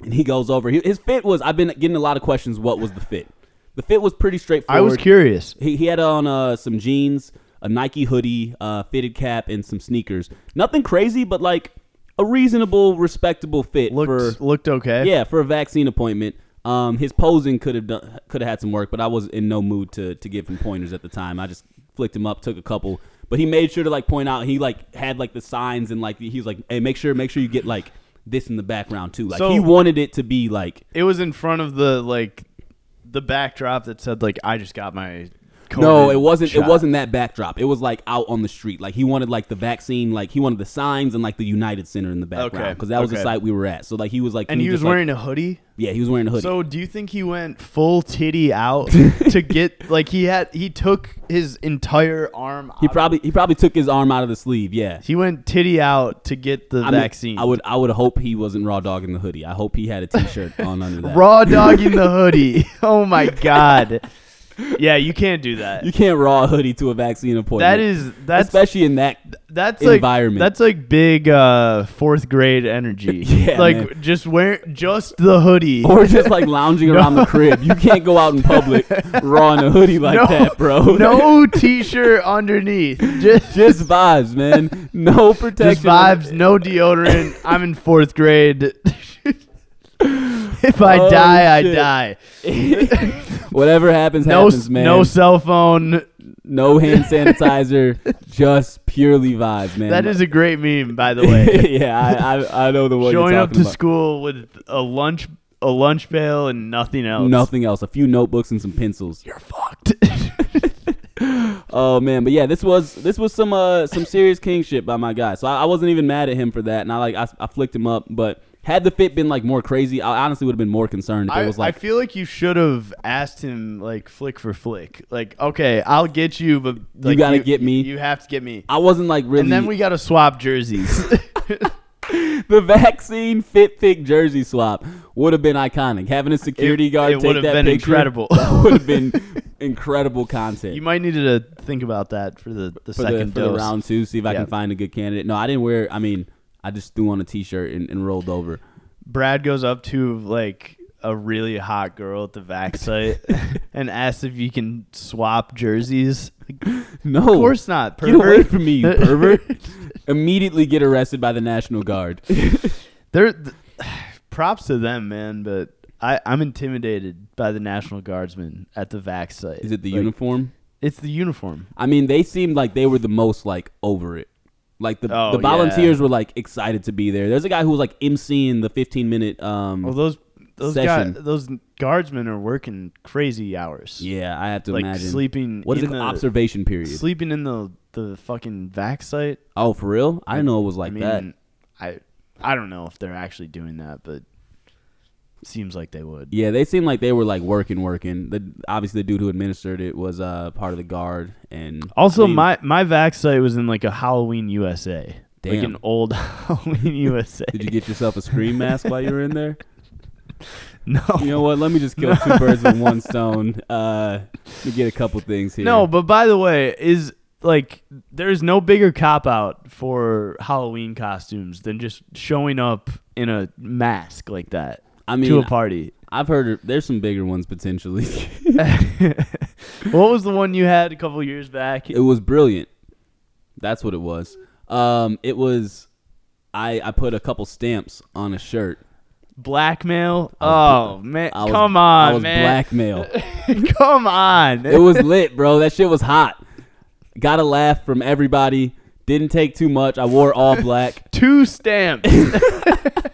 S2: and he goes over. He, his fit was I've been getting a lot of questions. What was the fit? The fit was pretty straightforward.
S1: I was curious.
S2: He, he had on uh, some jeans, a Nike hoodie, uh, fitted cap, and some sneakers. Nothing crazy, but like a reasonable, respectable fit
S1: Looked
S2: for
S1: looked okay.
S2: yeah for a vaccine appointment. Um, his posing could have done could have had some work, but I was in no mood to to give him pointers at the time. I just flicked him up, took a couple, but he made sure to like point out he like had like the signs and like he was like, hey, make sure make sure you get like this in the background too. Like
S1: So-
S2: he wanted it to be like
S1: It was in front of the like the backdrop that said like I just got my. COVID
S2: No, it wasn't.
S1: shot."
S2: It wasn't that backdrop. It was like out on the street. Like he wanted like the vaccine. Like he wanted the signs and like the United Center in the background
S1: Okay,
S2: because that was the
S1: okay.
S2: site we were at. So like he was like, can
S1: And
S2: you
S1: he was
S2: just, like-
S1: wearing a hoodie.
S2: yeah, he was wearing a hoodie.
S1: So do you think he went full titty out
S2: (laughs)
S1: to get like he had he took his entire arm out
S2: he
S1: of-
S2: probably he probably took his arm out of the sleeve. Yeah,
S1: he went titty out to get the
S2: I mean,
S1: vaccine.
S2: I would I would hope he wasn't raw dogging the hoodie. I hope he had a
S1: (laughs)
S2: t-shirt on under that.
S1: Raw
S2: (laughs)
S1: dogging the hoodie. (laughs) Oh my god. Yeah, you can't do that.
S2: You can't raw a hoodie to a vaccine appointment.
S1: That is that's
S2: especially in that.
S1: that's like
S2: environment.
S1: that's like big uh fourth grade energy.
S2: (laughs) Yeah,
S1: like
S2: man.
S1: just wear just the hoodie.
S2: Or just like
S1: (laughs)
S2: lounging around the crib. You can't go out in public raw in a hoodie like
S1: No,
S2: that, bro.
S1: no t-shirt underneath.
S2: (laughs)
S1: Just
S2: just vibes, man. No protection.
S1: Just vibes, no deodorant. I'm in fourth grade. if I
S2: Oh,
S1: die,
S2: shit.
S1: I die.
S2: (laughs) Whatever happens,
S1: No,
S2: happens,
S1: s-
S2: man.
S1: no cell phone.
S2: No hand
S1: (laughs)
S2: sanitizer. just purely vibes, man. (laughs)
S1: That is a great meme, by the way.
S2: yeah, I, I I know the one
S1: Showing
S2: you're
S1: up to
S2: talking about.
S1: school with a lunch, a lunch pail, and nothing else.
S2: Nothing else. A few notebooks and some pencils.
S1: You're fucked. (laughs)
S2: Oh man, but yeah, this was this was some uh some serious king shit by my guy. So I, I wasn't even mad at him for that, and I like I, I flicked him up. But had the fit been like more crazy, I honestly would have been more concerned if
S1: I,
S2: it was like
S1: I feel like you should have asked him like flick for flick. Like, okay, I'll get you, but like,
S2: gotta get me.
S1: You have to get me.
S2: I, wasn't like really.
S1: And then we gotta swap jerseys.
S2: (laughs) the vaccine fit pick jersey swap would have been iconic. Having a (laughs) security
S1: (laughs) It-
S2: guard
S1: it
S2: take
S1: would have
S2: that
S1: been
S2: picture
S1: incredible.
S2: (laughs) would
S1: (laughs)
S2: have been incredible content.
S1: you might need to think about that for the, the
S2: for
S1: second
S2: the, for
S1: dose.
S2: the round two, see if I
S1: Yeah.
S2: can find a good candidate. No, I didn't wear. I mean, I just threw on a t-shirt and, and rolled over.
S1: Brad goes up to like a really hot girl at
S2: (laughs)
S1: the vac site (laughs) and asks if you can swap jerseys. Like,
S2: No,
S1: Of course not.
S2: Get away
S1: Pervert.
S2: from me, you
S1: (laughs)
S2: pervert! Immediately get arrested by the National
S1: (laughs)
S2: Guard.
S1: They're th- (sighs) props to them, man. But I, I'm intimidated by the National Guardsmen at the vac site.
S2: Is it the
S1: Like,
S2: uniform?
S1: It's the uniform.
S2: I mean, they seemed like they were the most like over it. Like the,
S1: Oh,
S2: the volunteers were like excited to be there. There's a guy who was like emceeing the 15 minute um
S1: Well, Oh, those those guys,
S2: Session.
S1: those guardsmen are working crazy hours.
S2: Yeah, I have to
S1: like
S2: imagine.
S1: sleeping.
S2: What is
S1: in
S2: it?
S1: the,
S2: observation period.
S1: Sleeping in the the fucking vac site.
S2: oh, for real? I didn't know it was like
S1: I
S2: that.
S1: mean, I I don't know if they're actually doing that, but Seems like they would.
S2: Yeah, they seemed like they were like working, working. The obviously the dude who administered it was uh part of the guard and
S1: Also,
S2: I mean,
S1: my my vac site was in like a Halloween USA, like
S2: Damn.
S1: an
S2: (laughs)
S1: old (laughs) Halloween USA.
S2: Did you get yourself a screen mask while you were in
S1: (laughs)
S2: there?
S1: no,
S2: You know what? Let me just kill two birds with one stone. Uh, let me get a couple things here.
S1: no. But by the way, is like there's no bigger cop out for Halloween costumes than just showing up in a mask like that
S2: I mean
S1: to
S2: (laughs)
S1: a party.
S2: I've heard there's some bigger ones potentially. (laughs)
S1: what was the one you had a couple years back?
S2: it was brilliant. That's what it was. Um, it was. I I put a couple stamps on a shirt.
S1: Blackmail.
S2: was-
S1: Oh man,
S2: I was,
S1: come on,
S2: I was
S1: man.
S2: blackmail.
S1: (laughs) come on.
S2: it was lit, bro. That shit was hot. Got a laugh from everybody. Didn't take too much. I wore all black. (laughs)
S1: Two stamps.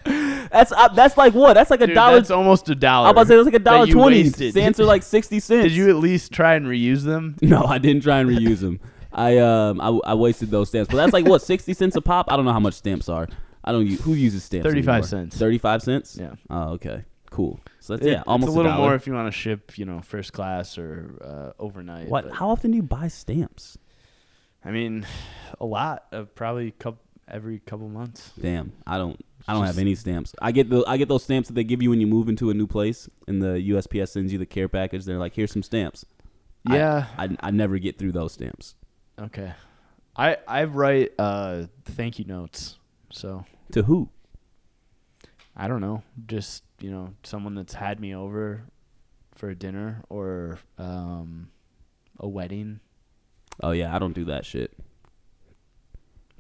S2: That's uh, that's like what? That's like a
S1: Dude,
S2: dollar.
S1: That's almost a dollar.
S2: I was about to say that's like a dollar
S1: you
S2: twenty.
S1: wasted.
S2: Cents are like sixty cents.
S1: (laughs) Did you at least try and reuse them?
S2: (laughs) No, I didn't try and reuse them. I um I, I wasted those stamps, but that's like what sixty cents a pop. I don't know how much stamps are. I don't use, who uses stamps.
S1: 35
S2: anymore?
S1: cents.
S2: Thirty five cents.
S1: Yeah.
S2: Oh, okay. Cool. So that's
S1: It-
S2: yeah, almost
S1: it's a little
S2: dollar.
S1: more if you want to ship, you know, first class or uh, overnight.
S2: What?
S1: but-
S2: How often do you buy stamps?
S1: I mean, (sighs) a lot of probably couple, every couple months.
S2: Damn, I don't. I don't have
S1: Just-
S2: any stamps. I get the I get those stamps that they give you when you move into a new place, and the USPS sends you the care package. They're like, here's some stamps. I-
S1: Yeah.
S2: I, I never get through those stamps
S1: okay. I I write uh, thank you notes. So
S2: to who?
S1: I don't know, just you know, someone that's had me over for a dinner or um, a wedding.
S2: Oh yeah, I don't do that shit.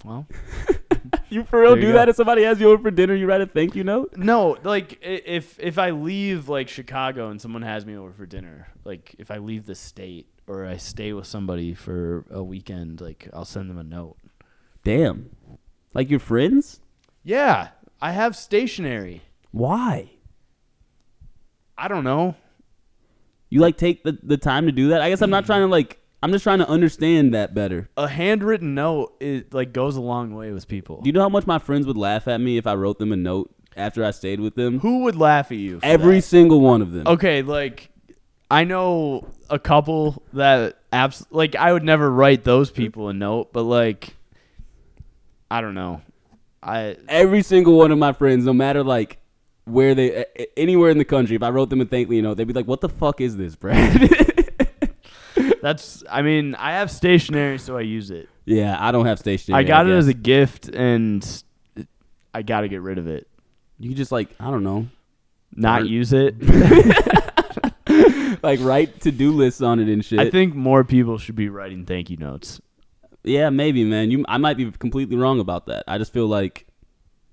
S1: Well,
S2: (laughs) You for real
S1: There you
S2: do
S1: go.
S2: that if somebody has you over for dinner? You write a thank you note?
S1: No, like i- if if I leave like Chicago and someone has me over for dinner, like if I leave the state or I stay with somebody for a weekend, like I'll send them a note.
S2: Damn. Like your friends?
S1: Yeah, I have stationery.
S2: Why?
S1: I don't know.
S2: You like take the, the time to do that? I guess I'm not trying to like I'm just trying to understand that better.
S1: A handwritten note it like goes a long way with people.
S2: Do you know how much my friends would laugh at me if I wrote them a note after I stayed with them?
S1: Who would laugh at you? for
S2: Every
S1: that?
S2: single one of them.
S1: Okay, like I know a couple that abs like I would never write those people a note, but like I don't know. I
S2: Every single one of my friends, no matter like where they a- a- anywhere in the country, if I wrote them a thank you note, they'd be like, "What the fuck is this, Brad?"
S1: That's. I mean, I have stationery, so I use it.
S2: (laughs) yeah, I don't have stationery.
S1: I got it
S2: guess.
S1: as a gift, and I got to get rid of it.
S2: you could just like I don't know,
S1: Not
S2: Or-
S1: use it.
S2: like write to do lists on it and shit.
S1: I think more people should be writing thank you notes.
S2: Yeah, maybe, man. You, I might be completely wrong about that. I just feel like,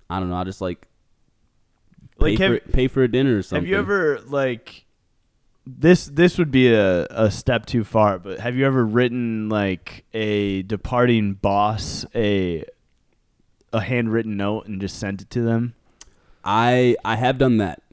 S2: I don't know. I just like pay,
S1: Like,
S2: for,
S1: have,
S2: it- pay for a dinner or something.
S1: have you ever like this? This would be a, a step too far, but have you ever written like a departing boss a a handwritten note and just sent it to them?
S2: I I have done that.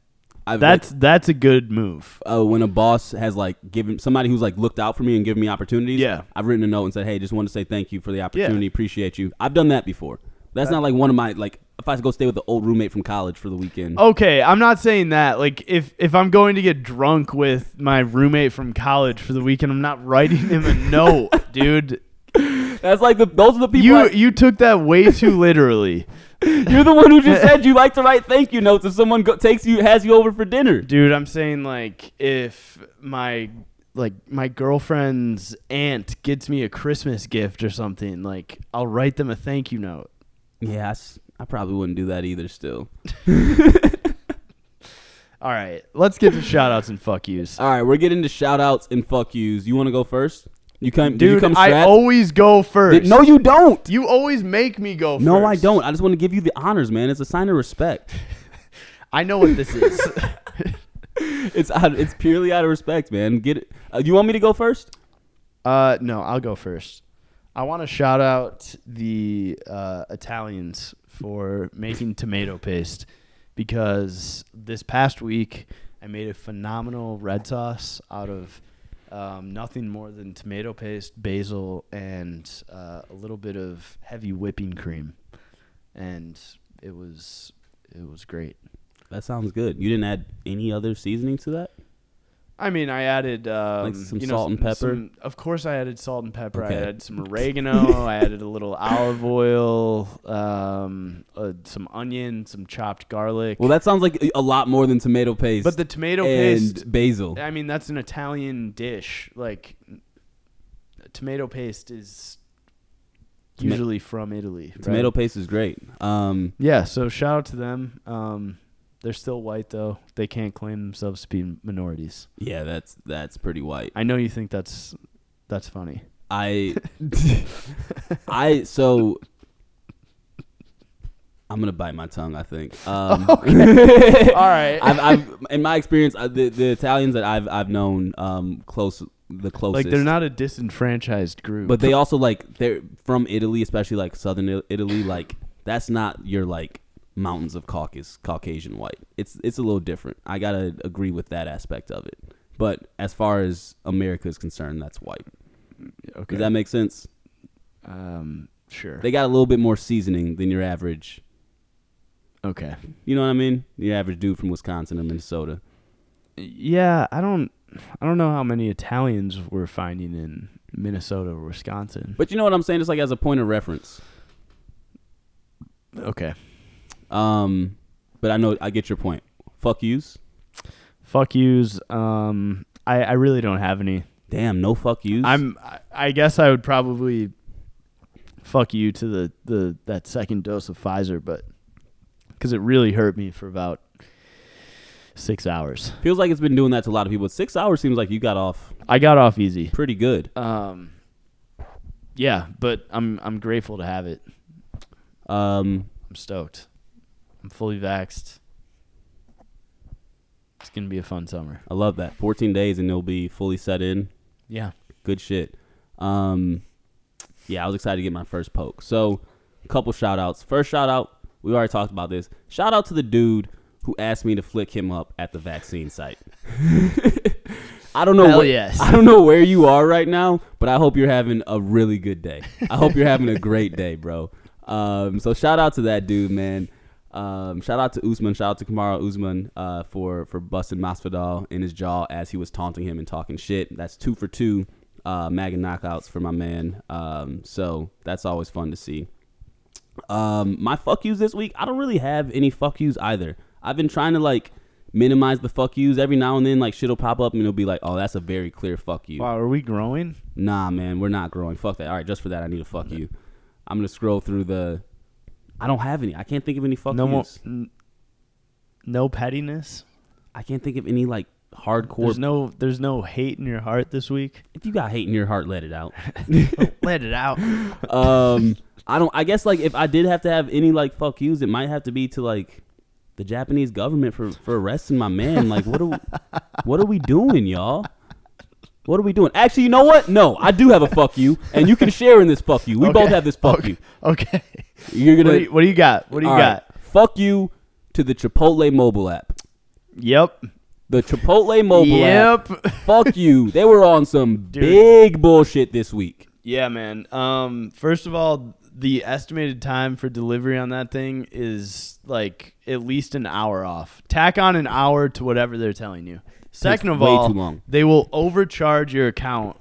S2: I've
S1: That's that's a good move.
S2: like, uh, when a boss has like given somebody who's like looked out for me and given me opportunities.
S1: Yeah.
S2: I've written a note and said, hey, just want to say thank you for the opportunity. Appreciate you. I've done that before. That's not like one of my like. If I go stay with the old roommate from college for the weekend.
S1: Okay, I'm not saying that. Like, if if I'm going to get drunk with my roommate from college for the weekend, I'm not writing him a note, dude.
S2: That's like the those are the people.
S1: You (laughs)
S2: I-
S1: you took that way too literally,
S2: you're the one who just said you like to write thank you notes if someone go, takes you has you over for dinner.
S1: dude. I'm saying like if my like my girlfriend's aunt gets me a Christmas gift or something, like I'll write them a thank you note.
S2: Yeah, I, s- I probably wouldn't do that either. Still.
S1: All right, let's get to shout outs and fuck yous.
S2: All right, we're getting to shout outs and fuck yous. You want to go first? You come, (laughs) did you
S1: Dude,
S2: come
S1: I
S2: strapped?
S1: always go
S2: Did-
S1: first.
S2: no, you don't.
S1: you always make me go first.
S2: No, I don't. I just want to give you the honors, man. It's a sign of respect.
S1: I know what this is.
S2: (laughs) It's out, it's purely out of respect, man. Get it. Uh, you want me to go first?
S1: Uh, no, I'll go first. I want to shout out the uh, Italians for making tomato paste because this past week I made a phenomenal red sauce out of um, nothing more than tomato paste, basil, and uh, a little bit of heavy whipping cream, and it was it was great.
S2: that sounds good. You didn't add any other seasoning to that?
S1: I mean, I added um,
S2: Like some
S1: you know,
S2: salt and pepper?
S1: some- of course, I added salt and pepper.
S2: Okay.
S1: I added some oregano. I added a little olive oil, um, uh, some onion, some chopped garlic.
S2: Well, that sounds like a- a lot more than tomato paste.
S1: but the tomato
S2: and
S1: paste.
S2: basil.
S1: I mean, that's an Italian dish. Like tomato paste is
S2: Toma-
S1: usually from Italy. right?
S2: Tomato paste is great. Um,
S1: Yeah. So shout out to them. Um, they're still white though. They can't claim themselves to be minorities.
S2: yeah, that's that's pretty white.
S1: I know you think that's that's funny.
S2: (laughs) I I so I'm gonna bite my tongue. I (laughs) think. Um,
S1: (laughs) All right.
S2: I've, I've in my experience, I, the, the Italians that I've I've known um, close the closest
S1: Like they're not a disenfranchised group.
S2: but they also like they're from Italy, especially like southern I- Italy. Like that's not your like mountains of Caucasus Caucasian white. It's it's a little different. I gotta agree with that aspect of it. But as far as America is concerned, that's white.
S1: okay.
S2: Does that make sense?
S1: um, sure.
S2: They got a little bit more seasoning than your average.
S1: okay.
S2: You know what I mean? Your average dude from Wisconsin or Minnesota.
S1: Yeah, I don't, I don't know how many Italians we're finding in Minnesota or Wisconsin.
S2: But you know what I'm saying? Just like as a point of reference.
S1: Okay.
S2: Um, but I know I get your point. Fuck yous.
S1: Fuck yous. Um, I, I really don't have any.
S2: Damn, no fuck yous.
S1: I'm. I- I guess I would probably fuck you to the the that second dose of Pfizer, but because it really hurt me for about six hours.
S2: feels like it's been doing that to a lot of people. Six hours seems like you got off
S1: I got off easy.
S2: pretty good.
S1: Um, yeah, but I'm I'm grateful to have it.
S2: Um,
S1: I'm stoked. I'm fully vaxxed. It's gonna be a fun summer.
S2: I love that. 14 days and it'll be fully set in.
S1: Yeah.
S2: Good shit. Um, yeah, I was excited to get my first poke. So, a couple shout outs. First shout out, we already talked about this. Shout out to the dude who asked me to flick him up at the vaccine site. I don't know.
S1: Hell
S2: what-
S1: yes.
S2: I don't know where you are right now, but I hope you're having a really good day. I hope you're having a great day, bro. Um, so shout out to that dude, man. Um, shout out to Usman. Shout out to Kamara Usman uh, for for busting Masvidal in his jaw as he was taunting him and talking shit. That's two for two, uh, MAGA knockouts for my man. Um, so that's always fun to see. Um, my fuck yous this week, I don't really have any fuck yous either. I've been trying to like minimize the fuck yous every now and then. Like shit'll pop up and it'll be like, oh, that's a very clear fuck you.
S1: Wow, are we growing?
S2: Nah, man, we're not growing. Fuck that. All right, just for that, I need a fuck you. I'm gonna scroll through the. I don't have any. I can't think of any fuck
S1: No more.
S2: yous.
S1: N- no pettiness.
S2: I can't think of any like hardcore.
S1: There's no. There's no hate in your heart
S2: (laughs)
S1: this week.
S2: if you got hate in your heart, let it out.
S1: Let it (laughs) out.
S2: um, I don't. I guess like if I did have to have any like fuck yous, it might have to be to like the Japanese government for for arresting my man. Like what are what are we doing, y'all? What are we doing? Actually, you know what? No, I do have a fuck you, and you can share in this fuck you. We both have this fuck you.
S1: (laughs) Okay.
S2: You're gonna.
S1: What do you, what do you got? What do you
S2: all right.
S1: got?
S2: Fuck you to the Chipotle mobile app.
S1: Yep.
S2: The Chipotle mobile app.
S1: Yep. (laughs)
S2: Fuck you. They were on some big bullshit this week.
S1: Yeah, man. Um, first of all, the estimated time for delivery on that thing is like at least an hour off. Tack on an hour to whatever they're telling you. Second of
S2: way
S1: all,
S2: too long.
S1: they will overcharge your account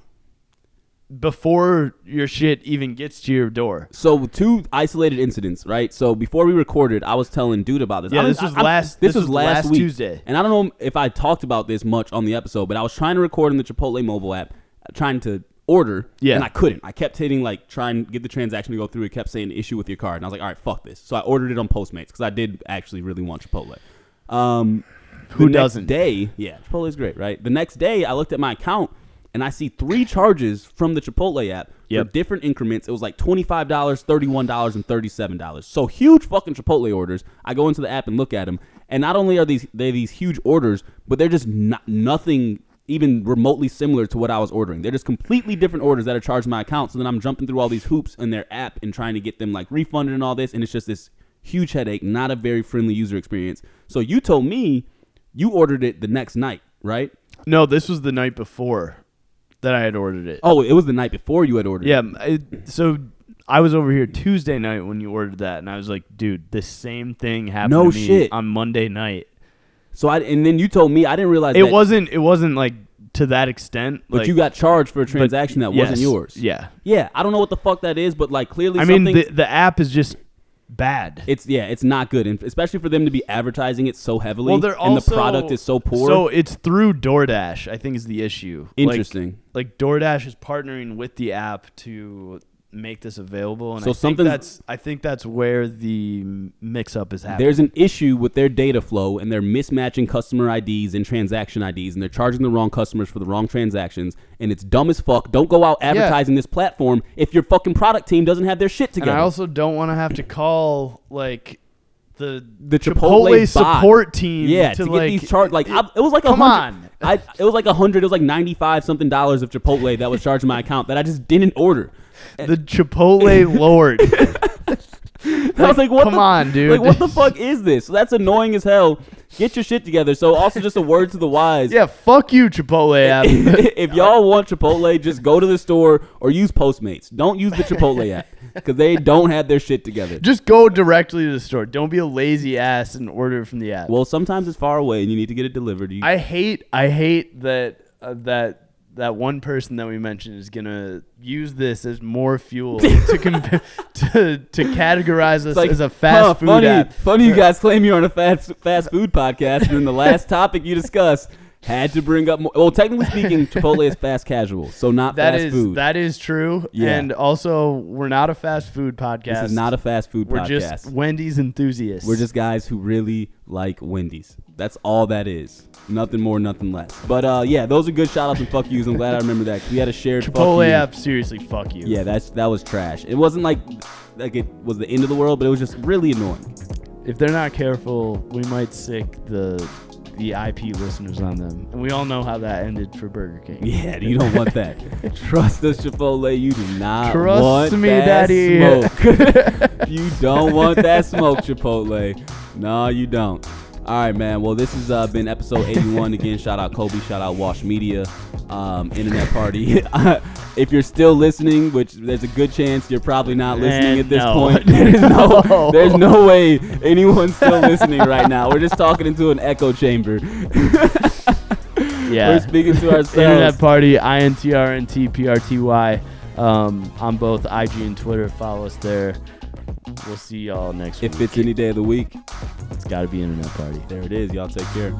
S1: before your shit even gets to your door.
S2: So two isolated incidents, right? So before we recorded, I was telling dude about this.
S1: Yeah,
S2: I don't-
S1: this was
S2: I- I-
S1: last-
S2: This,
S1: this
S2: was,
S1: was
S2: last,
S1: last
S2: week.
S1: Tuesday.
S2: and I don't know if I talked about this much on the episode, but I was trying to record in the Chipotle mobile app, uh, trying to order,
S1: Yeah.
S2: and I couldn't. I kept hitting like try and get the transaction to go through. It kept saying issue with your card, and I was like, all right, fuck this. So I ordered it on Postmates because I did actually really want Chipotle. Um,
S1: Who
S2: the next
S1: doesn't?
S2: Day, yeah, Chipotle is great, right? The next day, I looked at my account and I see three charges from the Chipotle app for
S1: Yep.
S2: different increments. It was like twenty five dollars, thirty one dollars, and thirty seven dollars. So huge fucking Chipotle orders. I go into the app and look at them, and not only are these they these huge orders, but they're just not, nothing even remotely similar to what I was ordering. They're just completely different orders that are charged to my account. So then I'm jumping through all these hoops in their app and trying to get them like refunded and all this, and it's just this huge headache, not a very friendly user experience. So you told me you ordered it the next night, right?
S1: No, this was the night before that I had ordered it.
S2: Oh, it was the night before you had ordered.
S1: Yeah. It, so I was over here Tuesday night when you ordered that, and I was like, dude, this same thing happened
S2: No
S1: to me
S2: shit.
S1: on Monday night.
S2: So I and then you told me I didn't realize
S1: It
S2: that,
S1: wasn't. It wasn't like to that extent.
S2: but
S1: like,
S2: you got charged for a transaction that wasn't
S1: yes,
S2: yours.
S1: Yeah.
S2: Yeah, I don't know what the fuck that is, but like clearly
S1: I mean,
S2: something
S1: the, the app is just bad.
S2: it's yeah, it's not good, and especially for them to be advertising it so heavily.
S1: Well, they're
S2: and
S1: also,
S2: the product is so poor.
S1: So it's through DoorDash, I think, is the issue. Like-
S2: Interesting.
S1: Like, DoorDash is partnering with the app to make this available, and
S2: So
S1: I think
S2: something's-
S1: that's I think that's where the mix-up is happening.
S2: There's an issue with their data flow and they're mismatching customer IDs and transaction IDs and they're charging the wrong customers for the wrong transactions and it's dumb as fuck. Don't go out advertising this platform if your fucking product team doesn't have their shit
S1: and
S2: together.
S1: I also don't want to have to call like the
S2: The Chipotle bot.
S1: support team.
S2: yeah,
S1: to,
S2: to,
S1: like
S2: get these charged like I, it was like a
S1: Come
S2: hundred.
S1: on.
S2: I it was like a hundred. It was like ninety five something dollars of Chipotle that was charged in my account that I just didn't order.
S1: the Chipotle (laughs) Lord.
S2: I was like, what
S1: come
S2: the,
S1: on, dude.
S2: Like,
S1: (laughs)
S2: what the fuck is this? So that's annoying as hell. Get your shit together. So also just a word to the wise.
S1: yeah, fuck you, Chipotle app.
S2: (laughs) if y'all want Chipotle, just go to the store or use Postmates. Don't use the Chipotle app because they don't have their shit together.
S1: Just go directly to the store. Don't be a lazy ass and order from the app.
S2: Well, sometimes it's far away and you need to get it delivered. You,
S1: I hate I hate that uh, that that one person that we mentioned is gonna use this as
S2: (laughs)
S1: more fuel to compare to to categorize us
S2: it's like,
S1: as a fast
S2: huh,
S1: food
S2: funny,
S1: app.
S2: Funny you guys claim you're on a fast fast food podcast, and then the last topic you discuss had to bring up more. Well, technically
S1: (laughs)
S2: speaking, Chipotle is fast casual, so not
S1: That
S2: fast
S1: is
S2: food.
S1: that is true.
S2: Yeah.
S1: And also, we're not a fast food podcast.
S2: this is not a fast food
S1: We're
S2: podcast.
S1: just Wendy's enthusiasts.
S2: We're just guys who really like Wendy's. That's all that is. Nothing more, nothing less. But uh, yeah, those are good shout outs and fuck yous. I'm glad I remember that. 'cause We had a shared fuck
S1: Chipotle
S2: you.
S1: app. Seriously, fuck you.
S2: Yeah, that's that was trash. It wasn't like like it was the end of the world, but it was just really annoying.
S1: If they're not careful, we might sick the the IP listeners on them. And we all know how that ended for Burger King. (laughs)
S2: Yeah, you don't want that. Trust us, Chipotle. You do not
S1: Trust
S2: want
S1: me,
S2: that
S1: Daddy. (laughs)
S2: smoke. you don't want that smoke, Chipotle. No, you don't. All right, man. Well, this has uh, been episode 81 again. Shout out Kobe. Shout out Wash Media, um, Internet Party. (laughs) if you're still listening, which there's a good chance you're probably not listening
S1: Man,
S2: at this
S1: no.
S2: point. (laughs) There's no,
S1: (laughs) No.
S2: there's no way anyone's still listening right now. We're just talking into an echo chamber.
S1: Yeah.
S2: We're speaking to ourselves.
S1: (laughs) Internet Party, INTRNTPRTY. Um, on both IG and Twitter. Follow us there. We'll see y'all next
S2: If
S1: week.
S2: it's any day of the week,
S1: It's got to be Internet Party.
S2: there it is. Y'all take care.